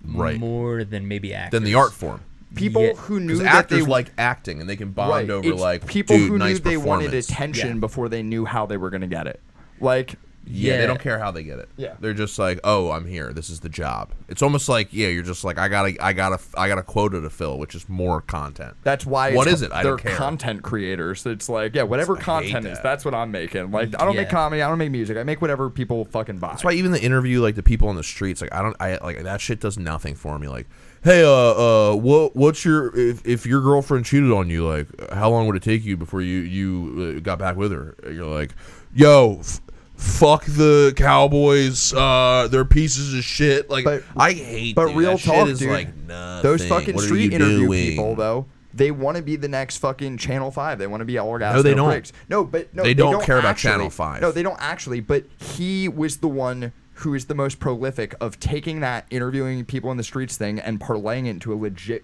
Right. more than maybe actors. Than the art form. People Yeah, who knew Because that they actors like acting and they can bond right, over it's like people dude, who nice knew they wanted performance. attention Yeah. before they knew how they were gonna get it. Like, Yeah, Yeah. they don't care how they get it. Yeah. They're just like, "Oh, I'm here. This is the job." It's almost like, yeah, you're just like, "I got to I got to I got a quota to fill, which is more content." that's why. What it's, is it? I they're don't care. content creators. It's like, yeah, whatever hate content is, that. that's what I'm making. Like, I don't make Yeah. comedy. I don't make music. I make whatever people fucking buy. That's why even the interview, like the people on the streets, like I don't, I like that shit does nothing for me. Like, hey, uh, uh, what, what's your if, if your girlfriend cheated on you, like how long would it take you before you you uh, got back with her? You're like, yo, f- fuck the Cowboys, uh, they're pieces of shit. Like, But- I hate, but dude. real that shit talk, is dude. like nothing. Those fucking What are street you interview doing? people, though, they want to be the next fucking Channel Five. They want to be all guys. No, they no don't. Pricks. No, but no, They don't care about actually- Channel 5. No, they don't actually. But he was the one who is the most prolific of taking that interviewing people in the streets thing and parlaying it into a legit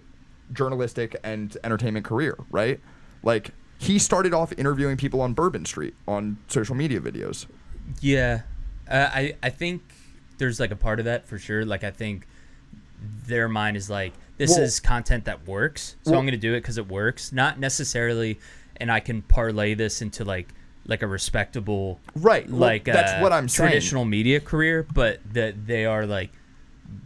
journalistic and entertainment career. Right? Like he started off interviewing people on Bourbon Street on social media videos. Yeah, uh, I I think there's like a part of that for sure. Like I think their mind is like this Well- is content that works, so Well- I'm gonna do it because it works, not necessarily, and I can parlay this into like like a respectable Right, well, like that's uh, what I'm saying. traditional media career, but that they are like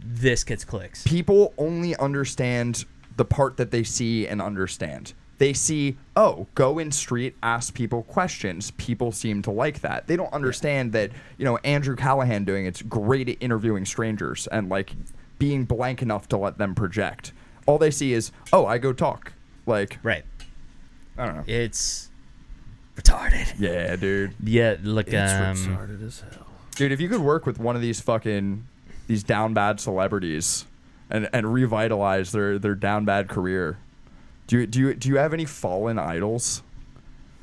this gets clicks. people only understand the part that they see and understand. They see, oh, go in street, ask people questions. People seem to like that. They don't understand that, you know, Andrew Callahan doing it's great at interviewing strangers and like being blank enough to let them project. All they see is, oh, I go talk. Like, Right, I don't know. it's retarded. Yeah, dude. Yeah, look, um, retarded as hell. Dude, if you could work with one of these fucking these down bad celebrities and and revitalize their their down bad career, do you do you do you have any fallen idols?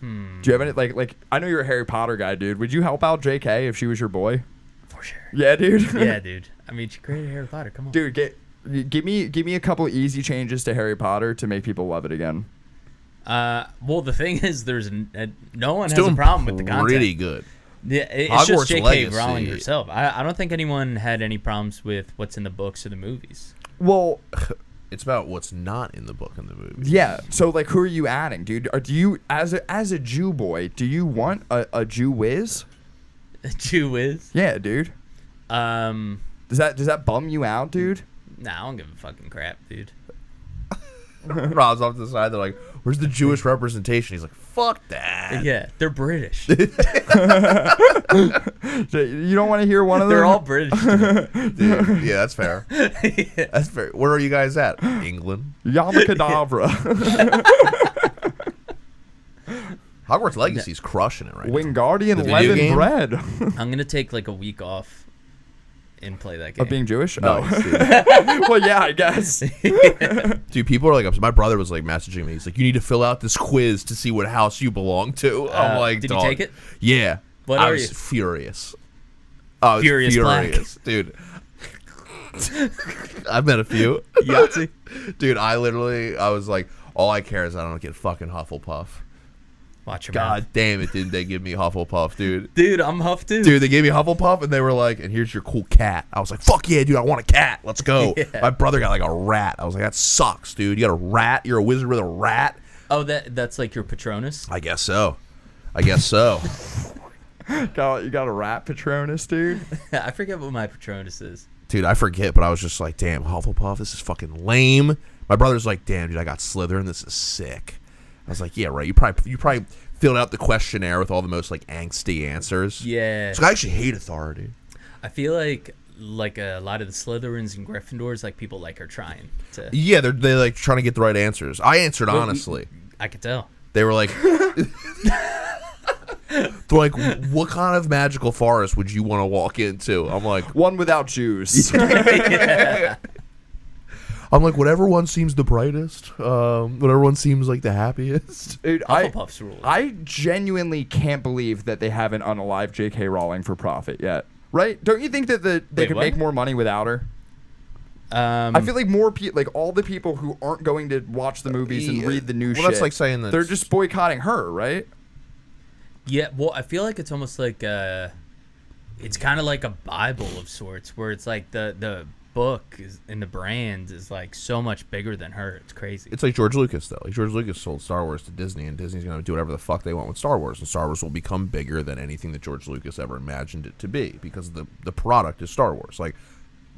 Do you have any like like I know you're a Harry Potter guy, dude. Would you help out J.K. if she was your boy? for sure. Yeah, dude. Yeah, dude. I mean, she created Harry Potter. Come on, dude. Get give me give me a couple easy changes to Harry Potter to make people love it again. Uh, well, the thing is, there's n- uh, no one Still has a problem with the content. Pretty good. Yeah, it- it's Hogwarts just J.K. Rowling Legacy. herself. I, I don't think anyone had any problems with what's in the books or the movies. Well, It's about what's not in the book and the movie. yeah. So like, who are you adding, dude? Or do you as a as a Jew boy, do you want a, a Jew whiz? Jew is. Yeah, dude. Um, Does that does that bum you out, dude? nah, I don't give a fucking crap, dude. Rob's off to the side. They're like, "Where's the Jewish representation?" He's like, "Fuck that." Yeah, they're British. You don't want to hear one of them. they're all British. to Dude, yeah, that's fair. me. Yeah. That's fair. Where are you guys at? England. Yama Kadabra, Hogwarts Legacy's crushing it right now. The Wingardium video Lemon game? Bread. I'm gonna take like a week off and play that game. of being Jewish. Nice, dude. Oh, well, yeah, I guess. Dude, people are like, upset. my brother was like messaging me. He's like, you need to fill out this quiz to see what house you belong to. I'm Uh, like, did you "Dog." take it? Yeah. What I are was you? furious. Oh, it's Furious furious, Black. dude. I've met a few, Yahtzee. dude. I literally, I was like, all I care is I don't get fucking Hufflepuff. Watch your God mouth. damn it, didn't they give me Hufflepuff, dude? Dude, I'm huffed too. Dude, they gave me Hufflepuff and they were like, and here's your cool cat. I was like, fuck yeah, dude, I want a cat. Let's go. Yeah. My brother got like a rat. I was like, that sucks, dude. You got a rat? You're a wizard with a rat? Oh, that that's like your Patronus. I guess so. I guess so. Got, you got a rat Patronus, dude. I forget what my Patronus is. dude, I forget, but I was just like, damn, Hufflepuff, this is fucking lame. My brother's like, damn, dude, I got Slytherin. This is sick. I was like, yeah, right. You probably you probably filled out the questionnaire with all the most like angsty answers. Yeah. So I actually hate authority. I feel like like a lot of the Slytherins and Gryffindors, like people like are trying to. Yeah, they're they like trying to get the right answers. I answered honestly. I could tell. They were like, they're like, what kind of magical forest would you want to walk into? I'm like, One without juice. I'm like, whatever one seems the brightest, um, whatever one seems like the happiest. Dude, I, Hufflepuffs rule. I genuinely can't believe that they haven't unalived J.K. Rowling for profit yet. Right? Don't you think that the, they Wait, could what? make more money without her? Um, I feel like more people, like all the people who aren't going to watch the movies and yeah. read the new Well, shit. that's like saying that- they're just boycotting her, right? yeah. Well, I feel like it's almost like uh, it's kind of like a Bible of sorts, where it's like the the book is, and the brand is like so much bigger than her. It's crazy. It's like George Lucas though. Like George Lucas sold Star Wars to Disney, and Disney's going to do whatever the fuck they want with Star Wars, and Star Wars will become bigger than anything that George Lucas ever imagined it to be because the the product is Star Wars. Like,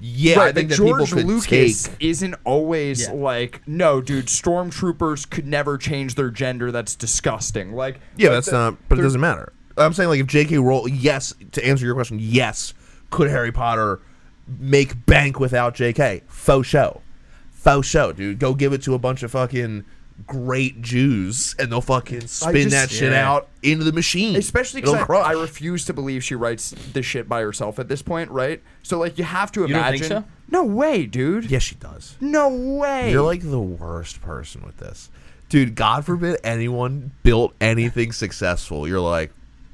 yeah, I right, think but that George people could Lucas take. isn't always Yeah. like, no, dude, stormtroopers could never change their gender. That's disgusting. Like, Yeah, that's not. But it they're- doesn't matter. I'm saying like if J.K. Rowling, yes, to answer your question, yes, could Harry Potter make bank without J.K. Faux show, faux show, dude. Go give it to a bunch of fucking great Jews, and they'll fucking spin just- that shit Yeah. out into the machine. especially It'll because I, crush. I refuse to believe she writes this shit by herself at this point, right? So like, you have to You don't imagine. think so? No way, dude. Yes, she does. No way. You're like the worst person with this. Dude, God forbid anyone built anything successful. You're like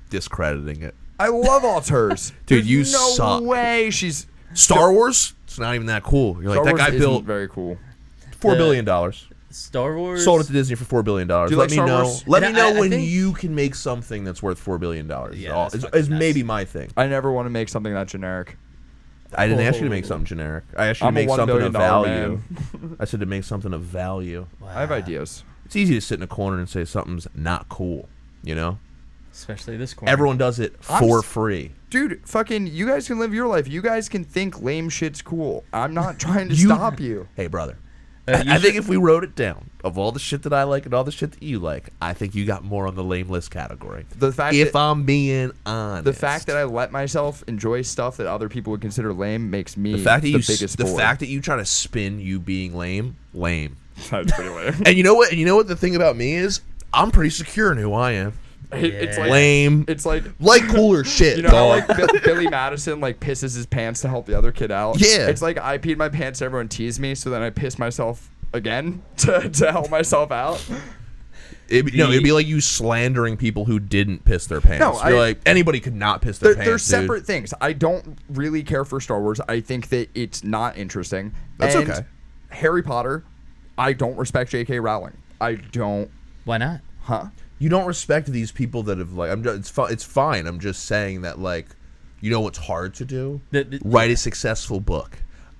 discrediting it. I love alters, Dude, you There's no suck. way. She's Star Wars? It's not even that cool. You're like, Star that Wars guy isn't built very cool. four The- billion dollars. Star Wars Sold it to Disney for four billion dollars. Do Let you like Star me know. Wars? Let And me I- know I when think- you can make something that's worth four billion dollars. Yeah, Yeah, that's is, fucking is nuts. maybe my thing. I never want to make something that generic. I didn't ask you to make something generic. I asked you I'm a to make $1 something billion of dollar value. I said to make something of value. I have ideas. It's easy to sit in a corner and say something's not cool. You know, especially this corner. everyone does it I'm for s- free. Dude, fucking, you guys can live your life. You guys can think lame shit's cool. I'm not trying to You- stop you. Hey, brother. Uh, you I think should- if we wrote it down, of all the shit that I like and all the shit that you like, I think you got more on the lame list category. The fact if that- I'm being honest, The fact that I let myself enjoy stuff that other people would consider lame makes me the fact that the you s- biggest the bore. fact that you try to spin you being lame, lame. That's pretty lame. And you know what? And you know what the thing about me is, I'm pretty secure in who I am. It- It's Yeah. like Lame, Oh, It's like like cooler shit, you know how, dog. like Bi- Billy Madison like pisses his pants to help the other kid out. Yeah. it's like I peed my pants, everyone teased me, so then I pissed myself again to to help myself out. It'd be- no, The- it'd be like you slandering people who didn't piss their pants. No, You're I- like anybody could not piss their They're, pants. they're dude. separate things. I don't really care for Star Wars. I think that it's not interesting. That's And okay. Harry Potter, I don't respect J.K. Rowling. I don't. why not? Huh? you don't respect these people that have like I'm just, it's fi- it's fine. I'm just saying that like you know what's hard to do? The- the- write a successful book.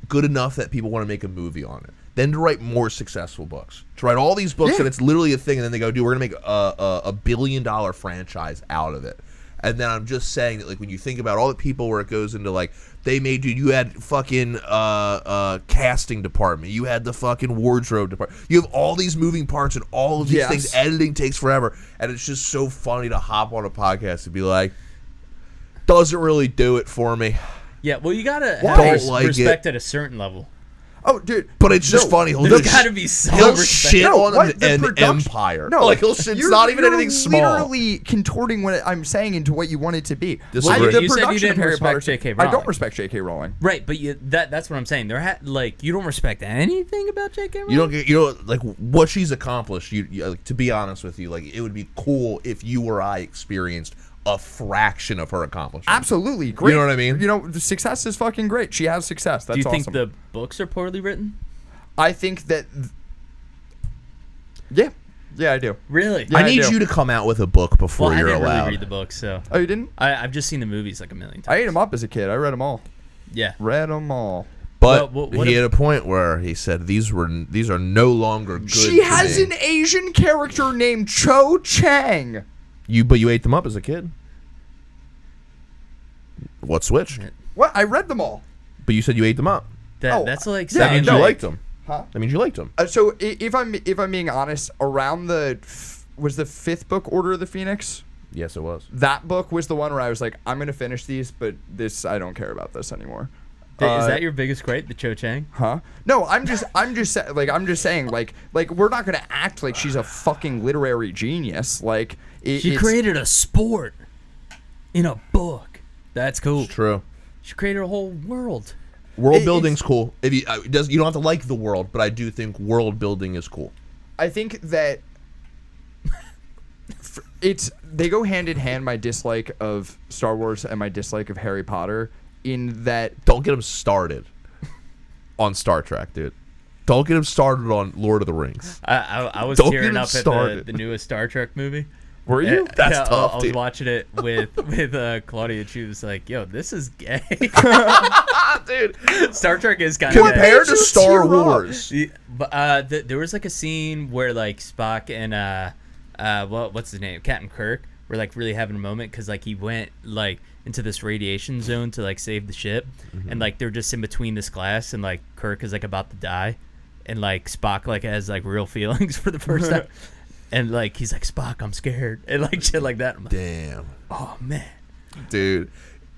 Good enough that people want to make a movie on it. Then to write more successful books. To write all these books Yeah. and it's literally a thing and then they go, "Dude, we're going to make a, a a billion dollar franchise out of it." And then I'm just saying that like when you think about all the people where it goes into like they made dude you had fucking uh uh casting department. You had the fucking wardrobe department. You have all these moving parts and all of these Yes. things editing takes forever and it's just so funny to hop on a podcast and be like doesn't really do it for me Yeah, well, you gotta have Don't res- like it. respect at a certain level. Oh, dude. but it's just No. funny he'll There's just gotta be some he'll respect. shit No, on what? an, The an production- empire no like he'll shit, it's you're- not even you're anything small Literally contorting what I'm saying into what you want it to be. Disagree. I, the You said you production didn't of Harry respect Potter. J.K. I Rowling. don't respect J.K. Rowling. Right, but you, that that's what I'm saying. There ha- like you don't respect anything about J.K. Rowling. you don't get you know like what she's accomplished you, you like, to be honest with you like it would be cool if you or i experienced a fraction of her accomplishment. Absolutely great. know what I mean? You know, success is fucking great. She has success. That's Do you think awesome. the books are poorly written? I think that. Yeah, yeah, I do. Really? Yeah, I I need do. you to come out with a book before Well, I you're didn't allowed. really read the books, so Oh, you didn't? I, I've just seen the movies like a million times. I ate them up as a kid. I read them all. Yeah. Read them all. But Well, what- what he if- had a point where he said these were these are no longer good. She to has me." an Asian character named Cho Chang. you, but you ate them up as a kid. What switched? What? I read them all. But you said you ate them up. That, Oh, that's like yeah, That saying means no. you like, liked them. Huh? That means you liked them. Uh, so i- if I'm if I'm being honest, around the f- was the fifth book, Order of the Phoenix. Yes, it was. That book was the one where I was like, I'm gonna finish these, but this I don't care about this anymore. th- is Uh, that your biggest gripe, the Cho Chang? Huh? No, I'm just, I'm just, sa- like, I'm just saying, like, like we're not gonna act like she's a fucking literary genius. Like, it, She it's- created a sport in a book. That's cool. It's true. She created a whole world. World It- building's cool. If you uh, it does, you don't have to like the world, but I do think world building is cool. I think that f- it's they go hand in hand. My dislike of Star Wars and my dislike of Harry Potter, in that Don't get him started on Star Trek, dude. Don't get him started on Lord of the Rings. I, I, I was Don't get tearing him up at started. the, the newest Star Trek movie. were you? Yeah, That's yeah, I- tough, I, was dude. watching it with with uh, Claudia. She was like, "Yo, this is gay." dude. Star Trek is kind of Compared to you tear Star up? Wars, Yeah, but uh, th- there was like a scene where like Spock and uh, uh, what what's his name, Captain Kirk, were like really having a moment because like he went like into this radiation zone to like save the ship, Mm-hmm. and like they're just in between this glass, and like Kirk is like about to die, and like Spock like has like real feelings for the first time, and like he's like Spock, I'm scared, and like shit like that. I'm like, damn, oh man. dude.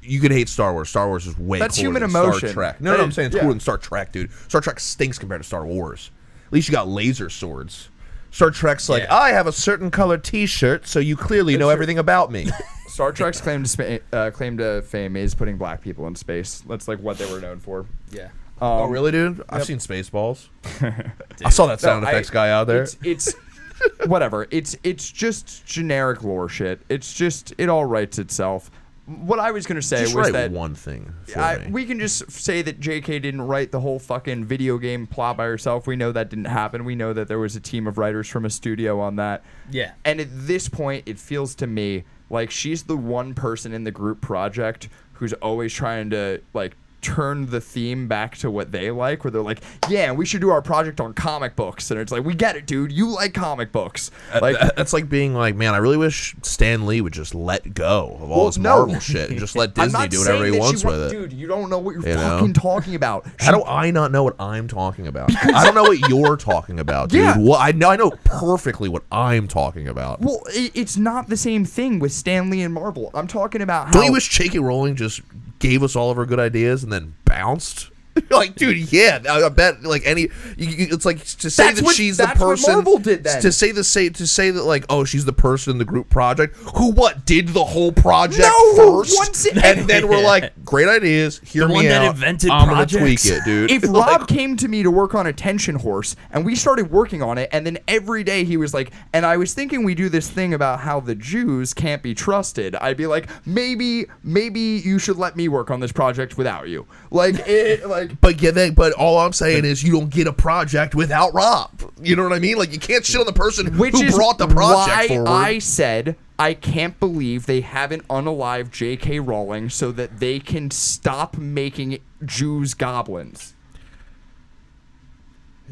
You could hate Star Wars. Star Wars is way That's cooler human than emotion. Star Trek. No, That no, I'm is- saying it's yeah. cooler than Star Trek, dude. Star Trek stinks compared to Star Wars. At least you got laser swords. Star Trek's like, Yeah. I have a certain color T-shirt, so you clearly know Sure. everything about me. Star Trek's claim to spa- uh, claim to fame is putting black people in space. That's like what they were known for. Yeah. oh, really, dude? I've seen Spaceballs. I Dude. saw that sound Um, No, I- effects guy out there. It's, it's whatever. It's it's just generic lore shit. It's just it all writes itself. What I was gonna say Just was write that one thing for I, me. we can just say that J.K. didn't write the whole fucking video game plot by herself. We know that didn't happen. We know that there was a team of writers from a studio on that. Yeah. And at this point, it feels to me like she's the one person in the group project who's always trying to like turn the theme back to what they like where they're like yeah we should do our project on comic books and it's like we get it dude you like comic books like That- That's like being like, man, I really wish Stan Lee would just let go of all Well, this no. Marvel shit and just let Disney do whatever saying he that she wants wa- with it. dude you don't know what you're You know? fucking talking about How do I not know what I'm talking about? I don't know what you're talking about, dude. Yeah. Well, I know I know perfectly what I'm talking about. Well, i it's not the same thing with Stanley and Marvel. I'm talking about how. Don't you wish J.K. Rowling just gave us all of her good ideas and then bounced? like, dude, yeah, I, I bet. Like any, you, you, it's like to say That's that what- she's that's the what person. Marvel did then. To say the say to say that like, oh, she's the person in the group project who what did the whole project No, first, once it- and then we're Yeah. like, great ideas. Hear The me one that out. invented I'm gonna projects. tweak it, dude. if Rob came to me to work on a tension horse and we started working on it, and then every day he was like, and I was thinking we do this thing about how the Jews can't be trusted, I'd be like, maybe, maybe you should let me work on this project without you. Like, it, like, But yeah, they, but all I'm saying is you don't get a project without Rob. You know what I mean? Like you can't shit on the person which who is brought the project why forward. I said I can't believe they haven't unalived J.K. Rowling so that they can stop making Jews goblins.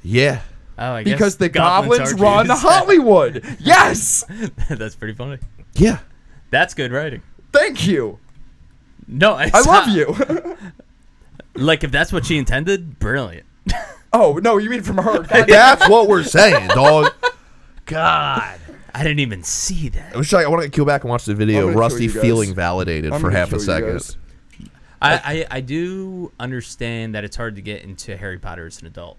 yeah. Oh, I guess because the goblins, are run Jews. Hollywood. yes, That's pretty funny. Yeah. That's good writing. thank you. No, it's I love not- you. Like if that's what she intended, brilliant. oh no, you mean from her? God, That's what we're saying, dog. God. I didn't even see I that. wish I, I want to go back and watch the I'm video gonna of kill Rusty you guys. feeling validated I'm for gonna half a kill you guys. second. I, I I do understand that it's hard to get into Harry Potter as an adult.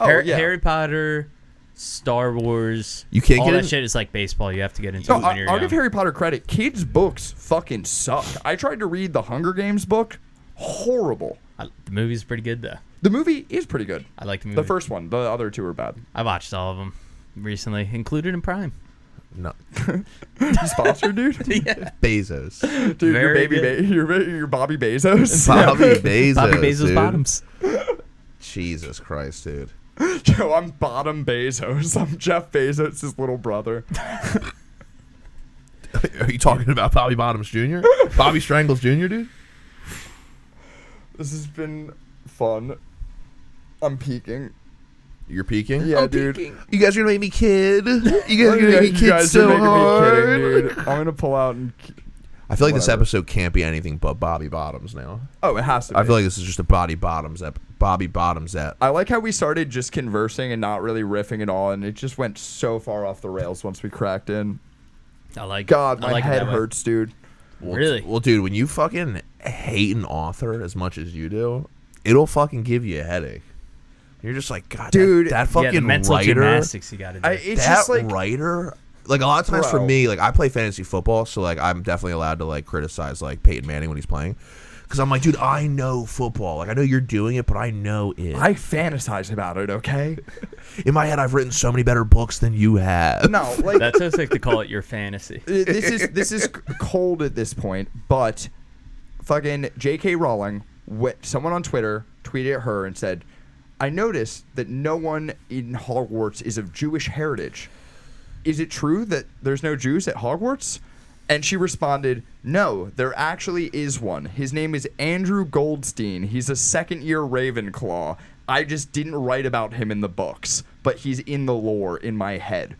Oh Har- yeah. Harry Potter, Star Wars. You can't all get that in- shit is like baseball. You have to get into no, it when I, you're I'll young. give Harry Potter credit. Kids' books fucking suck. I tried to read the Hunger Games book. Horrible. I- the movie's pretty good though. The movie is pretty good. I like the movie. The first one. The other two are bad. I watched all of them recently, included in Prime. No, Sponsor, dude. yeah. Bezos. Dude, your Very baby, good. ba- your, ba- your Bobby Bezos. Bobby Bezos. Bobby Bezos dude. bottoms. Jesus Christ, dude. Yo, I'm Bottom Bezos. I'm Jeff Bezos' little brother. Are you talking about Bobby Bottoms Jr.? Bobby Strangles Jr., dude? This has been fun. I'm peeking. You're peeking? Yeah, dude. Oh, You guys are gonna make me kid. You guys Yeah, are gonna make me you kid guys are so making me hard. kidding, dude. I'm gonna pull out and. I feel like this Whatever. episode can't be anything but Bobby Bottoms now. Oh, it has to. Be. I feel like this is just a Bobby Bottoms ep- Bobby Bottoms ep. I like how we started just conversing and not really riffing at all, and it just went so far off the rails once we cracked in. I like it. God, I my like it head that way. hurts, dude. Well, Really? Well, dude, when you fucking hate an author as much as you do, it'll fucking give you a headache. You're just like, God, Dude. dude, that, Yeah, that the fucking yeah, the mental writer. gymnastics you got to do. I, it's that just like writer like a lot of times for Bro. me like i play fantasy football so like i'm definitely allowed to like criticize like peyton manning when he's playing because i'm like dude i know football like i know you're doing it but i know it I fantasize about it. Okay, in my head i've written so many better books than you have no, like That's what it's like to call it your fantasy. Uh, this is this is c- cold at this point, but fucking J.K. Rowling, wh- someone on Twitter tweeted at her and said, "I noticed that no one in Hogwarts is of Jewish heritage. Is it true that there's no Jews at Hogwarts?" And she responded, "No, there actually is one. His name is Andrew Goldstein. He's a second-year Ravenclaw. I just didn't write about him in the books, but he's in the lore in my head."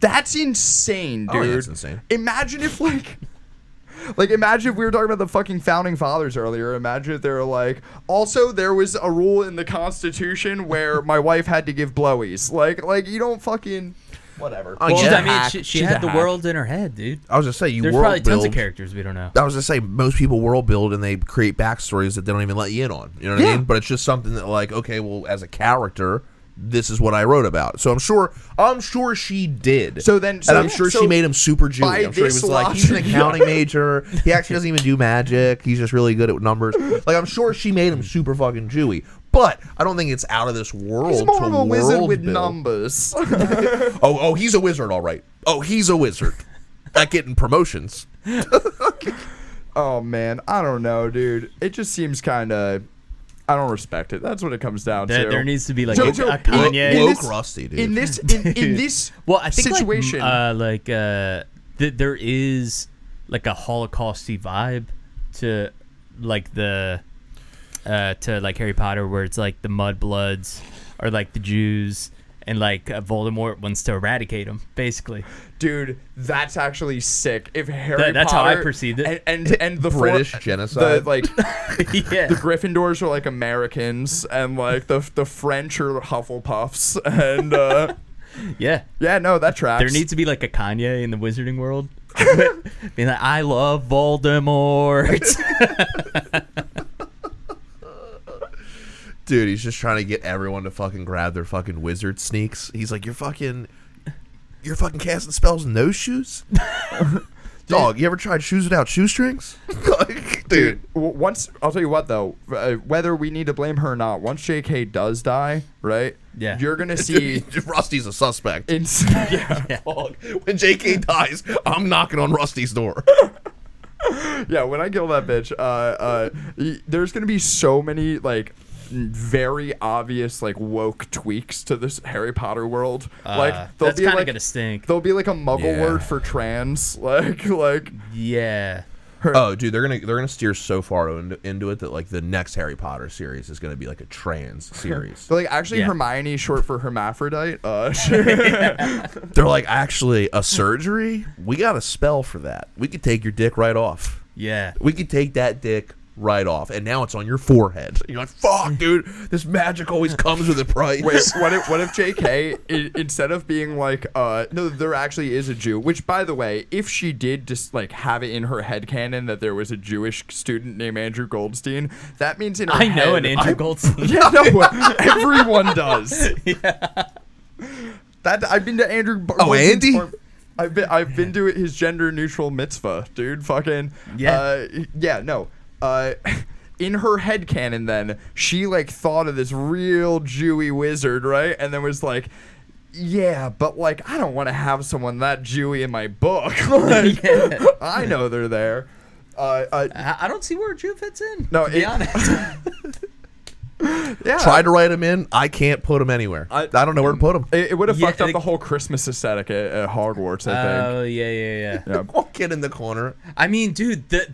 That's insane, dude. Oh, yeah, it's insane. Imagine if like like imagine if we were talking about the fucking founding fathers earlier. Imagine if they were like also there was a rule in the constitution where my wife had to give blowies. Like like you don't fucking whatever. I Well, She's She's, a I mean, hack. she, she She's had a the hack. world in her head, dude. i was just saying you There's world probably build. tons of characters we don't know. I was just saying most people world build and they create backstories that they don't even let you in on. You know what I Yeah. mean? But it's just something that like, okay, well, as a character, this is what I wrote about. So I'm sure I'm sure she did. So then- so- and I'm sure so she made him super by Jewy. I'm sure he this was like, he's an logic- accounting major. He actually doesn't even do magic. He's just really good at numbers. Like I'm sure she made him super fucking Jewy. But I don't think it's out of this world. He's more to of a wizard world with build. numbers. Oh, oh, he's a wizard, all right. Oh, he's a wizard. Not getting promotions. oh man, I don't know, dude. It just seems kind of I don't respect it. That's what it comes down There, to. there needs to be like So- a, so- a Kanye. in Woke this- Rusty, dude. in this in, in this well, I think situation. like, m- uh, like uh, th- there is like a Holocausty vibe to like the uh, to like Harry Potter, where it's like the mudbloods or like the Jews, and like uh, Voldemort wants to eradicate them, basically. Dude, that's actually sick. If Harry That- that's how I Potter perceived it. and and, and the four- British the genocide. like yeah. the Gryffindors are like Americans, and like the the French are Hufflepuffs, and uh, yeah. yeah, no, that tracks. There needs to be like a Kanye in the wizarding world. Being like, I love Voldemort. Dude, he's just trying to get everyone to fucking grab their fucking wizard sneaks. He's like, you're fucking, you're fucking casting spells in those shoes. Dog, you ever tried shoes without shoestrings? like, dude, W- once I'll tell you what though, uh, whether we need to blame her or not, once J.K. does die, right? Yeah. you're gonna see. Rusty's a suspect. in- yeah, Dog, when J.K. dies, I'm knocking on Rusty's door. yeah, when I kill that bitch, uh, uh, y- there's gonna be so many like n- very obvious like woke tweaks to this Harry Potter world. Uh, like they'll that's be kind of like gonna stink. there'll be like a Muggle Yeah. word for trans, like like yeah. oh, dude, they're gonna they're gonna steer so far into, into it that like the next Harry Potter series is gonna be like a trans series. so like actually Yeah. Hermione is short for hermaphrodite. Uh, They're like, actually, a surgery? We got a spell for that. We could take your dick right off. Yeah. We could take that dick right off. And now it's on your forehead. You're like, fuck, dude. This magic always comes with a price. Wait, what if what if J.K. i instead of being like, uh, no, there actually is a Jew. Which, by the way, if she did just like have it in her head canon that there was a Jewish student named Andrew Goldstein, that means in her I know an head- Andrew Goldstein. Yeah, no, everyone does. That I've been to Andrew. Bar- Oh, Goldstein's Andy? bar- I've been I've been to his gender neutral mitzvah, dude. Fucking Yeah. uh, yeah. No, uh, in her head canon, then she like thought of this real Jewy wizard, right? And then was like. yeah, but like I don't want to have someone that Jewy in my book. Like, Yeah. I know they're there. Uh, uh, I, I don't see where Jew fits in. No, to be it- honest. yeah, Try to write them in. I can't put them anywhere. I, I- don't know where to put them. It, would have Yeah, fucked up like- the whole Christmas aesthetic at, at Hogwarts. I Oh yeah, yeah, yeah. think. Yeah. Walk in in the corner. I mean, dude, the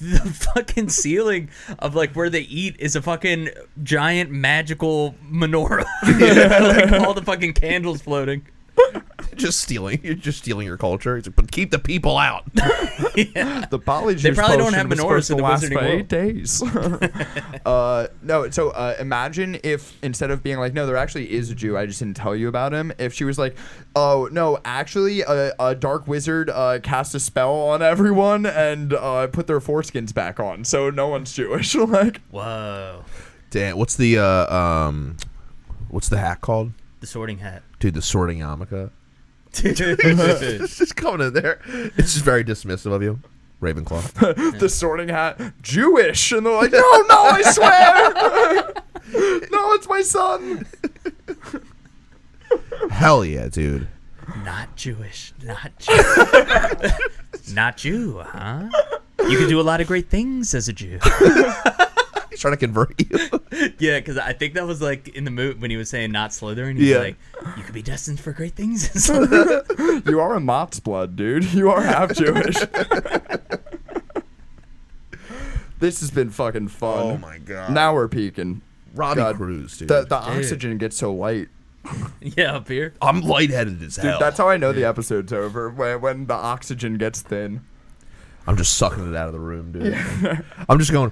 the fucking ceiling of like where they eat is a fucking giant magical menorah. like all the fucking candles floating. Just stealing. You're just stealing your culture. It's like, but keep the people out. Yeah. The Bali juice probably don't potion have was menorahs supposed in to the last Wizarding for World. eight days. uh, no, so uh, imagine if instead of being like, no, there actually is a Jew, I just didn't tell you about him. If she was like, oh no, actually, a, a dark wizard uh, cast a spell on everyone and uh, put their foreskins back on, so no one's Jewish. like, Whoa. Damn. What's the uh, um, what's the hat called? The sorting hat. Dude, the sorting yarmulke. Dude. It's just coming in there. It's just very dismissive of you, Ravenclaw. the Sorting Hat, Jewish, and they're like, no, no, I swear, no, it's my son. Hell yeah, dude. Not Jewish. Not Jew. Not Jew, huh? You could do a lot of great things as a Jew. He's trying to convert you. Yeah, because I think that was like in the movie when he was saying not Slytherin. He's Yeah. like, you could be destined for great things. in Slytherin." You are a Mott's blood, dude. You are half Jewish. this has been fucking fun. Oh god. Now we're peaking. Robbie God. Cruz, dude. The, the oxygen gets so light. yeah, up here. I'm lightheaded as Dude, hell. that's how I know the episode's over when, when the oxygen gets thin. I'm just sucking it out of the room, dude. I'm just going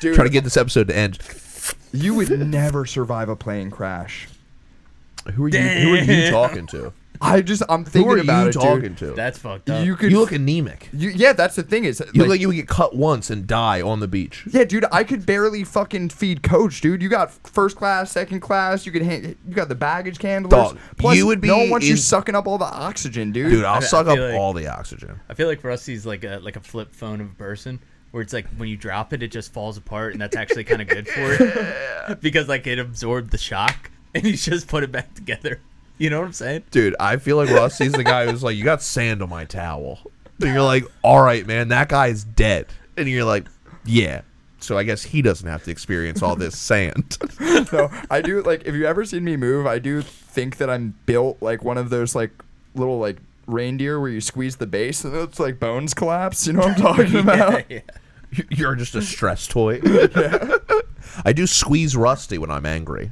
Dude, trying to get this episode to end. you would never survive a plane crash. Who are you? Who are you Damn. talking to? I just I'm Who thinking are about you it, talking dude. to? Uh, That's fucked up. You could you look anemic. you, yeah, that's the thing is You like- look like you would get cut once and die on the beach. Yeah, dude, I could barely fucking feed coach, dude. You got first class, second class. You could hand, you got the baggage handlers. Dog, Plus, you would be no one wants you in- sucking up all the oxygen, dude. Dude, I'll I suck up feel like- all the oxygen. I feel like Rusty's like a like a flip phone of a person where it's like when you drop it, it just falls apart, and that's actually kind of good for it because like it absorbed the shock, and he's just put it back together. You know what I'm saying? Dude, I feel like Rusty's the guy who's like, "You got sand on my towel," and you're like, "All right, man, that guy is dead," and you're like, "Yeah." So I guess he doesn't have to experience all this sand. no, I do like if you ever seen me move, I do think that I'm built like one of those like little like reindeer where you squeeze the base and it's like bones collapse. You know what I'm talking about? yeah. You're just a stress toy. I do squeeze Rusty when I'm angry.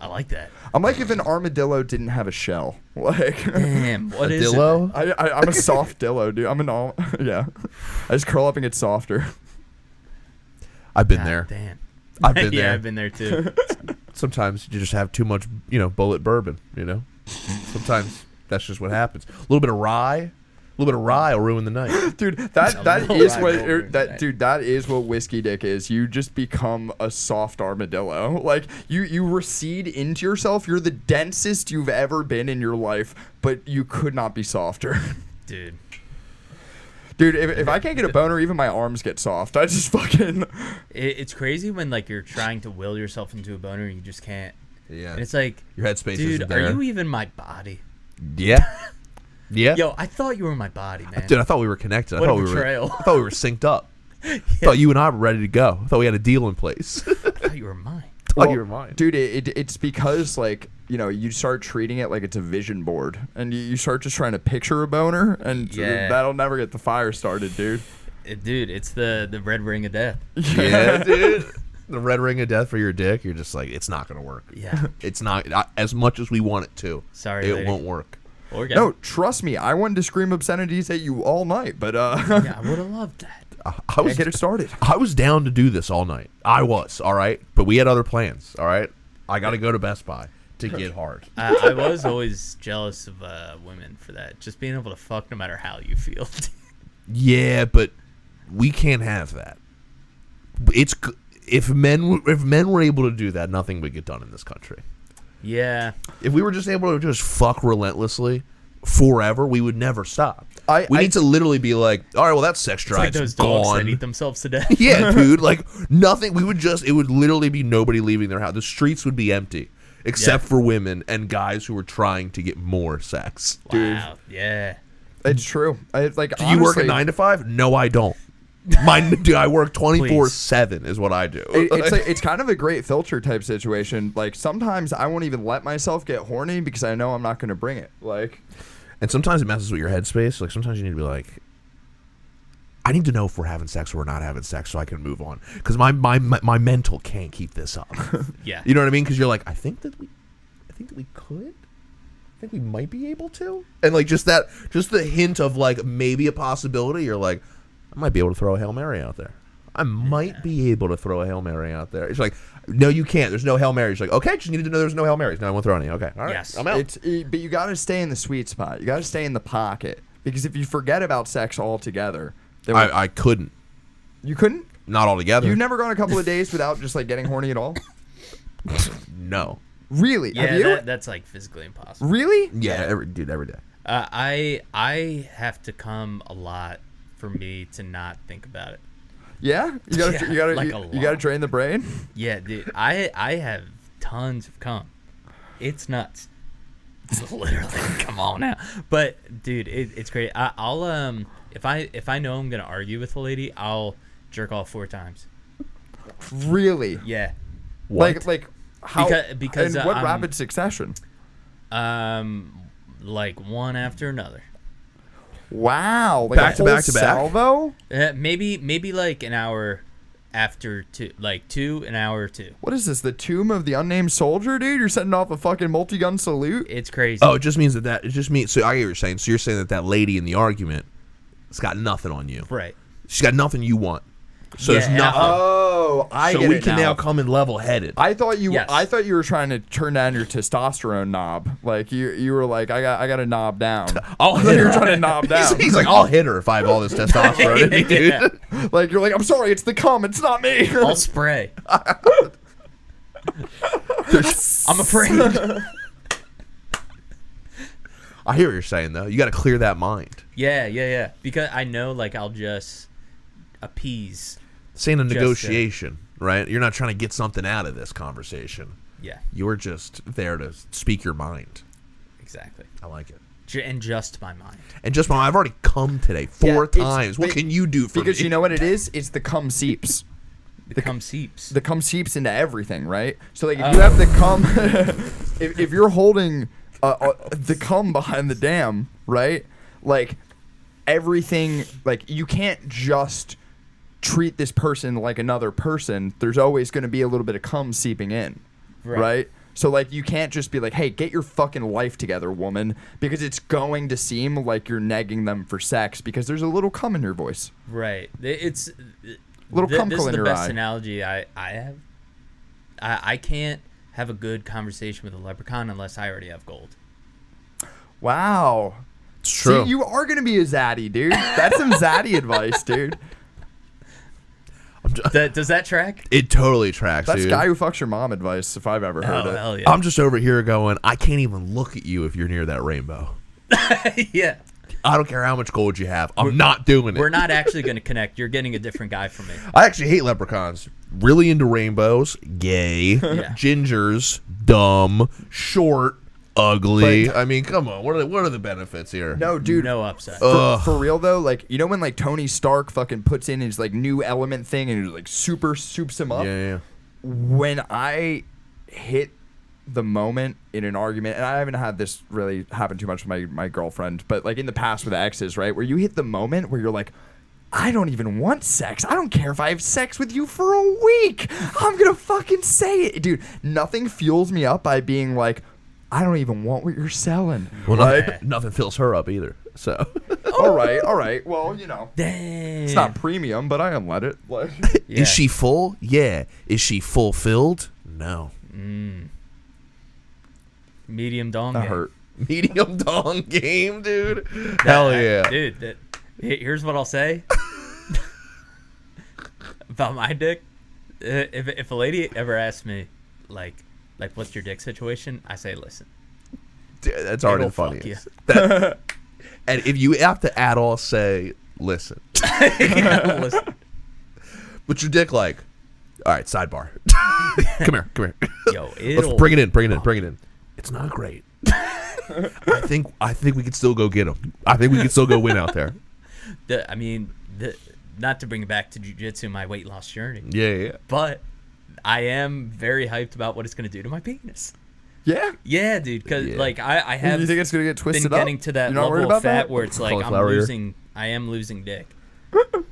I like that. I'm like if an armadillo didn't have a shell. Like Damn, what is Dillo? I, I I'm a soft dillo, dude. I'm an all yeah. I just curl up and get softer. I've been it? God there. Damn. I've been yeah, there. I've been there too. Sometimes you just have too much, you know, bullet bourbon. You know, sometimes that's just what happens. A little bit of rye, a little bit of rye will ruin the night. dude that Some that little is ride what over er, that that. dude that is what whiskey dick is you just become a soft armadillo like you you recede into yourself you're the densest you've ever been in your life but you could not be softer Dude. dude if, if i can't get a boner even my arms get soft i just fucking It, it's crazy when like you're trying to will yourself into a boner and you just can't. Yeah, And it's like your headspace Dude, isn't there. are you even my body? yeah, yeah. Yo, I thought you were my body, man. Dude, I thought we were connected. What I a thought we betrayal. were. I thought we were synced up. I thought you and I were ready to go. I thought we had a deal in place. I I thought you were mine. thought Well, you were mine. dude it, it, it's because like you know you start treating it like it's a vision board and you, you start just trying to picture a boner and Yeah. that'll never get the fire started dude Uh, Dude, it's the the red ring of death. yeah, dude. The red ring of death for your dick. You're just like, it's not gonna work. Yeah. It's not I- as much as we want it to. Sorry, it lady. won't work. Or No, trust me, I wanted to scream obscenities at you all night, but uh, Yeah, I would have loved that. I, I I was get it started. I was down to do this all night. I was all right, but we had other plans. All right, I got to go to Best Buy to get hard. Uh, I was always jealous of uh, women for that. Just being able to fuck no matter how you feel. Yeah, but we can't have that. It's g- if men w- if men were able to do that, nothing would get done in this country. yeah. If we were just able to just fuck relentlessly forever, we would never stop. I- we I- need to literally be like, all right, well that sex It's drive like is those dogs gone. that eat themselves to death. yeah, dude, like nothing. We would just it would literally be nobody leaving their house. The streets would be empty. except for women and guys who are trying to get more sex. Wow. Yeah. It's true. I, like, Do you work honestly- a nine to five? No, I don't. Mine, do I work twenty four seven? Is what I do. It- it's like it's kind of a great filter type situation. Like sometimes I won't even let myself get horny because I know I'm not going to bring it. Like and sometimes it messes with your headspace. Like sometimes you need to be like, I need to know if we're having sex or we're not having sex, so I can move on. Because my, my my my mental can't keep this up. Yeah. you know what I mean? Because you're like, I think that we, I think that we could. I think we might be able to. And like just that, just the hint of like maybe a possibility. You're like, I might be able to throw a hail mary out there. I might be able to throw a hail mary out there. It's like, no, you can't. There's no hail marys. You're like, okay, just needed to know there's no hail marys. No, I won't throw any. Okay, all right, Yes. I'm out. it's it, but you got to stay in the sweet spot. You got to stay in the pocket because if you forget about sex altogether, then we- I, I couldn't. you couldn't. Not altogether. You've never gone a couple of days without just like getting horny at all. no. Really? Yeah. Have you? That, that's like physically impossible. really? Yeah, every, dude, every day. Uh, I I have to come a lot for me to not think about it. Yeah. You gotta Yeah, you gotta like you, a you gotta lot. drain the brain. Yeah, dude. I I have tons of cum. It's nuts. Literally, come on now. But dude, it, it's great. I, I'll um if I if I know I'm gonna argue with a lady, I'll jerk off four times. Really? Yeah. Like like how? Beca- because, in uh, what I'm- rapid succession? Um, like one after another. Wow. Like Back a to whole back to back? Salvo. Uh, maybe maybe like an hour after two, like two an hour or two. What is this? The tomb of the unnamed soldier, dude? You're setting off a fucking multi-gun salute? It's crazy. Oh, it just means that that it just means. So I get what you're saying. So you're saying that that lady in the argument, has got nothing on you. right. She's got nothing you want. So Yeah, it's and nothing. Oh, I Uh-huh. so get we it can now. now. come in level headed. I thought you. Yes. I thought you were trying to turn down your testosterone knob. Like you, you were like, I got, I got to knob down. I'll I thought hit you were her. trying to knob He's, down. Oh, he's like, I'll hit her if I have all this testosterone. in me, dude. Yeah. like you're like, I'm sorry, it's the cum, it's not me. I'll spray. I'm afraid. I hear what you're saying though. You got to clear that mind. Yeah, yeah, yeah. Because I know, like, I'll just appease. It's ain't a that. negotiation, right? You're not trying to get something out of this conversation. Yeah, You're just there to speak your mind. exactly. I like it. J- and just my mind. And just, I've already come today Yeah, four it's- times. What be- can you do for because me? you know what it is? It's the cum seeps. The cum seeps. The cum seeps into everything, right? So like, if you have the cum, if, if you're holding uh, uh, the cum behind the dam, right? Like everything, like you can't just treat this person like another person. There's always going to be a little bit of cum seeping in, Right. right? So like you can't just be like, "Hey, get your fucking life together, woman," because it's going to seem like you're negging them for sex because there's a little cum in your voice. right. Th- It's. Little th- cum This pull is in the your best eye. analogy I, I have. I, I can't have a good conversation with a leprechaun unless I already have gold. Wow. it's true. See, you are gonna be a zaddy, dude. That's some zaddy advice, dude. I'm ju- That, does that track? it totally tracks. That's dude. guy who fucks your mom advice, if I've ever heard Oh, it. hell yeah. I'm just over here going, I can't even look at you if you're near that rainbow. yeah. I don't care how much gold you have. I'm not doing it. We're not actually going to connect. You're getting a different guy from me. I actually hate leprechauns. Really into rainbows, gay, gingers, dumb, short, ugly. I mean, come on. What are the, what are the benefits here? No, dude. No upset. For, for real though, like you know when like Tony Stark fucking puts in his like new element thing and he's like super soups him Yeah, up. yeah. When I hit the moment in an argument, and I haven't had this really happen too much with my my girlfriend, but like in the past with exes, right, where you hit the moment where you're like. I don't even want sex. I don't care if I have sex with you for a week. I'm gonna fucking say it, dude. Nothing fuels me up by being like, I don't even want what you're selling. Well, like, nothing, nothing fills her up either. So all right, all right. Well, you know, Damn. It's not premium, but I unlet it. Like, Yeah. is she full? Yeah. Is she fulfilled? No. medium dong. that game. hurt. Medium dong game, dude. Hell I- yeah. dude. That, he- here's what I'll say about my dick. Uh, If, if a lady ever asks me, like, like what's your dick situation, I say, listen, Dude, that's already It'll the fuck funniest. That- and if you have to at all say, listen, listen. what's your dick like? All right, sidebar. come here, come here. Yo, Let's it'll bring it in, bring it in, bring it in. It's not great. I think I think we could still go get him. I think we could still go win out there. the, I mean, the, not to bring it back to jujitsu, my weight loss journey, Yeah, yeah. yeah. but I am very hyped about what it's going to do to my penis. Yeah. Yeah, dude, because Yeah. like I, I have You think it's gonna get been twisted up? getting to that You're not worried about level of fat that? where it's like I'm Cauliflower ear. losing, I am losing dick,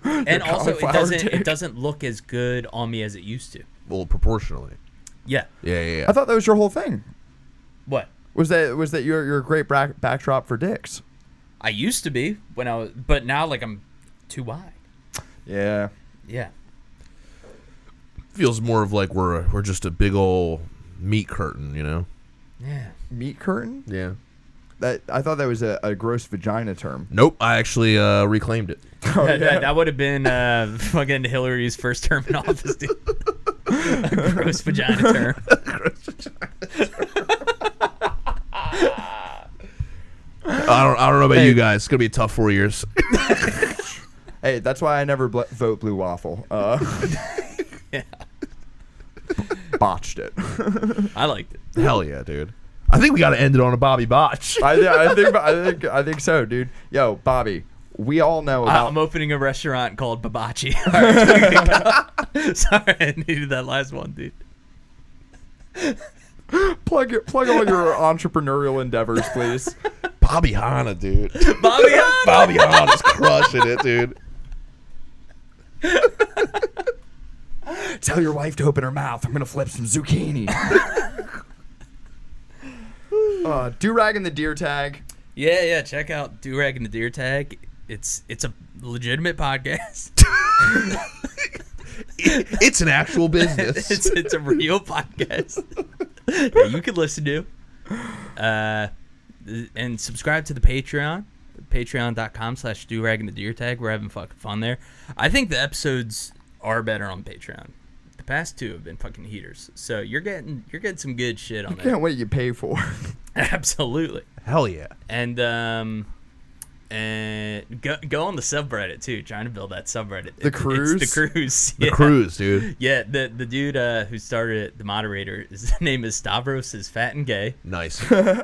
and also it cauliflower doesn't dick. it doesn't look as good on me as it used to. Well, proportionally. Yeah, Yeah, yeah. yeah. I thought that was your whole thing. what Was that was that your your great bra- backdrop for dicks? I used to be when I was, but now like I'm too wide. Yeah. Yeah, feels more of like we're we're just a big old meat curtain, you know? yeah. Meat curtain? Yeah. That I thought that was a, a gross vagina term. Nope. I actually uh, reclaimed it. Oh, that, yeah. that, would have been uh, fucking Hillary's first term in office, dude. Gross vagina term. I don't I don't know about you guys. It's gonna be a tough four years. Hey, that's why I never bl- vote blue waffle. Uh, Botched it. I liked it. Hell yeah, dude. I think we got to end it on a Bobby Botch. I, yeah, I think I think I think so, dude. Yo, Bobby, we all know I, about I'm opening a restaurant called Babachi. All right, Sorry, I needed that last one, dude. plug it- plug all your entrepreneurial endeavors, please. Bobby Hanna, dude. Bobby, Hahn! Bobby Hanna's crushing it, dude. Tell your wife to open her mouth. I'm gonna flip some zucchini. uh, do rag and the deer tag. yeah, yeah. Check out Durag and the Deer Tag. It's it's a legitimate podcast. It's an actual business. it's it's a real podcast that you could listen to. Uh, th- and subscribe to the Patreon, patreon.com slash do rag and the deer tag. We're having fucking fun there. I think the episodes are better on Patreon. The past two have been fucking heaters. So you're getting you're getting some good shit on Can't there. wait you pay for. Absolutely. Hell yeah. And um and go, go on the subreddit too, trying to build that subreddit. It- cruise? It's the cruise. The cruise, dude. Yeah, the the dude uh, who started it, the moderator, his name is Stavros, is fat and gay, Nice.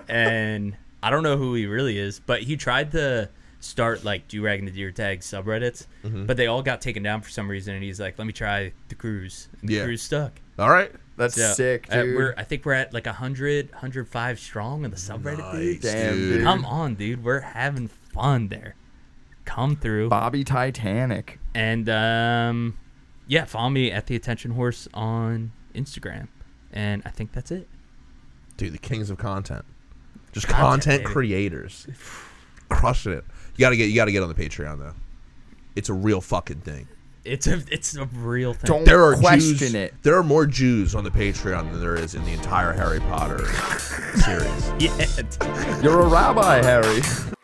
and I don't know who he really is, but he tried to start like do rag and the deer tag subreddits, but they all got taken down for some reason, and he's like, let me try the cruise, and Yeah. the cruise stuck. All right. That's Yeah. sick, Uh, dude. we're, I think we're at like 100, 105 strong in the subreddit. Nice, Dude. Damn, dude. dude. Come on, dude, we're having fun there. Come through. Bobby Titanic. And um, yeah, follow me at the attention horse on Instagram. And I think that's it. Dude, the kings of content. Just Content, content, baby. creators. Crushing it. You gotta get you gotta get on the Patreon though. It's a real fucking thing. It's a it's a real thing. Don't There are question Jews, it. There are more Jews on the Patreon than there is in the entire Harry Potter series. Yeah. dude. You're a rabbi, Harry.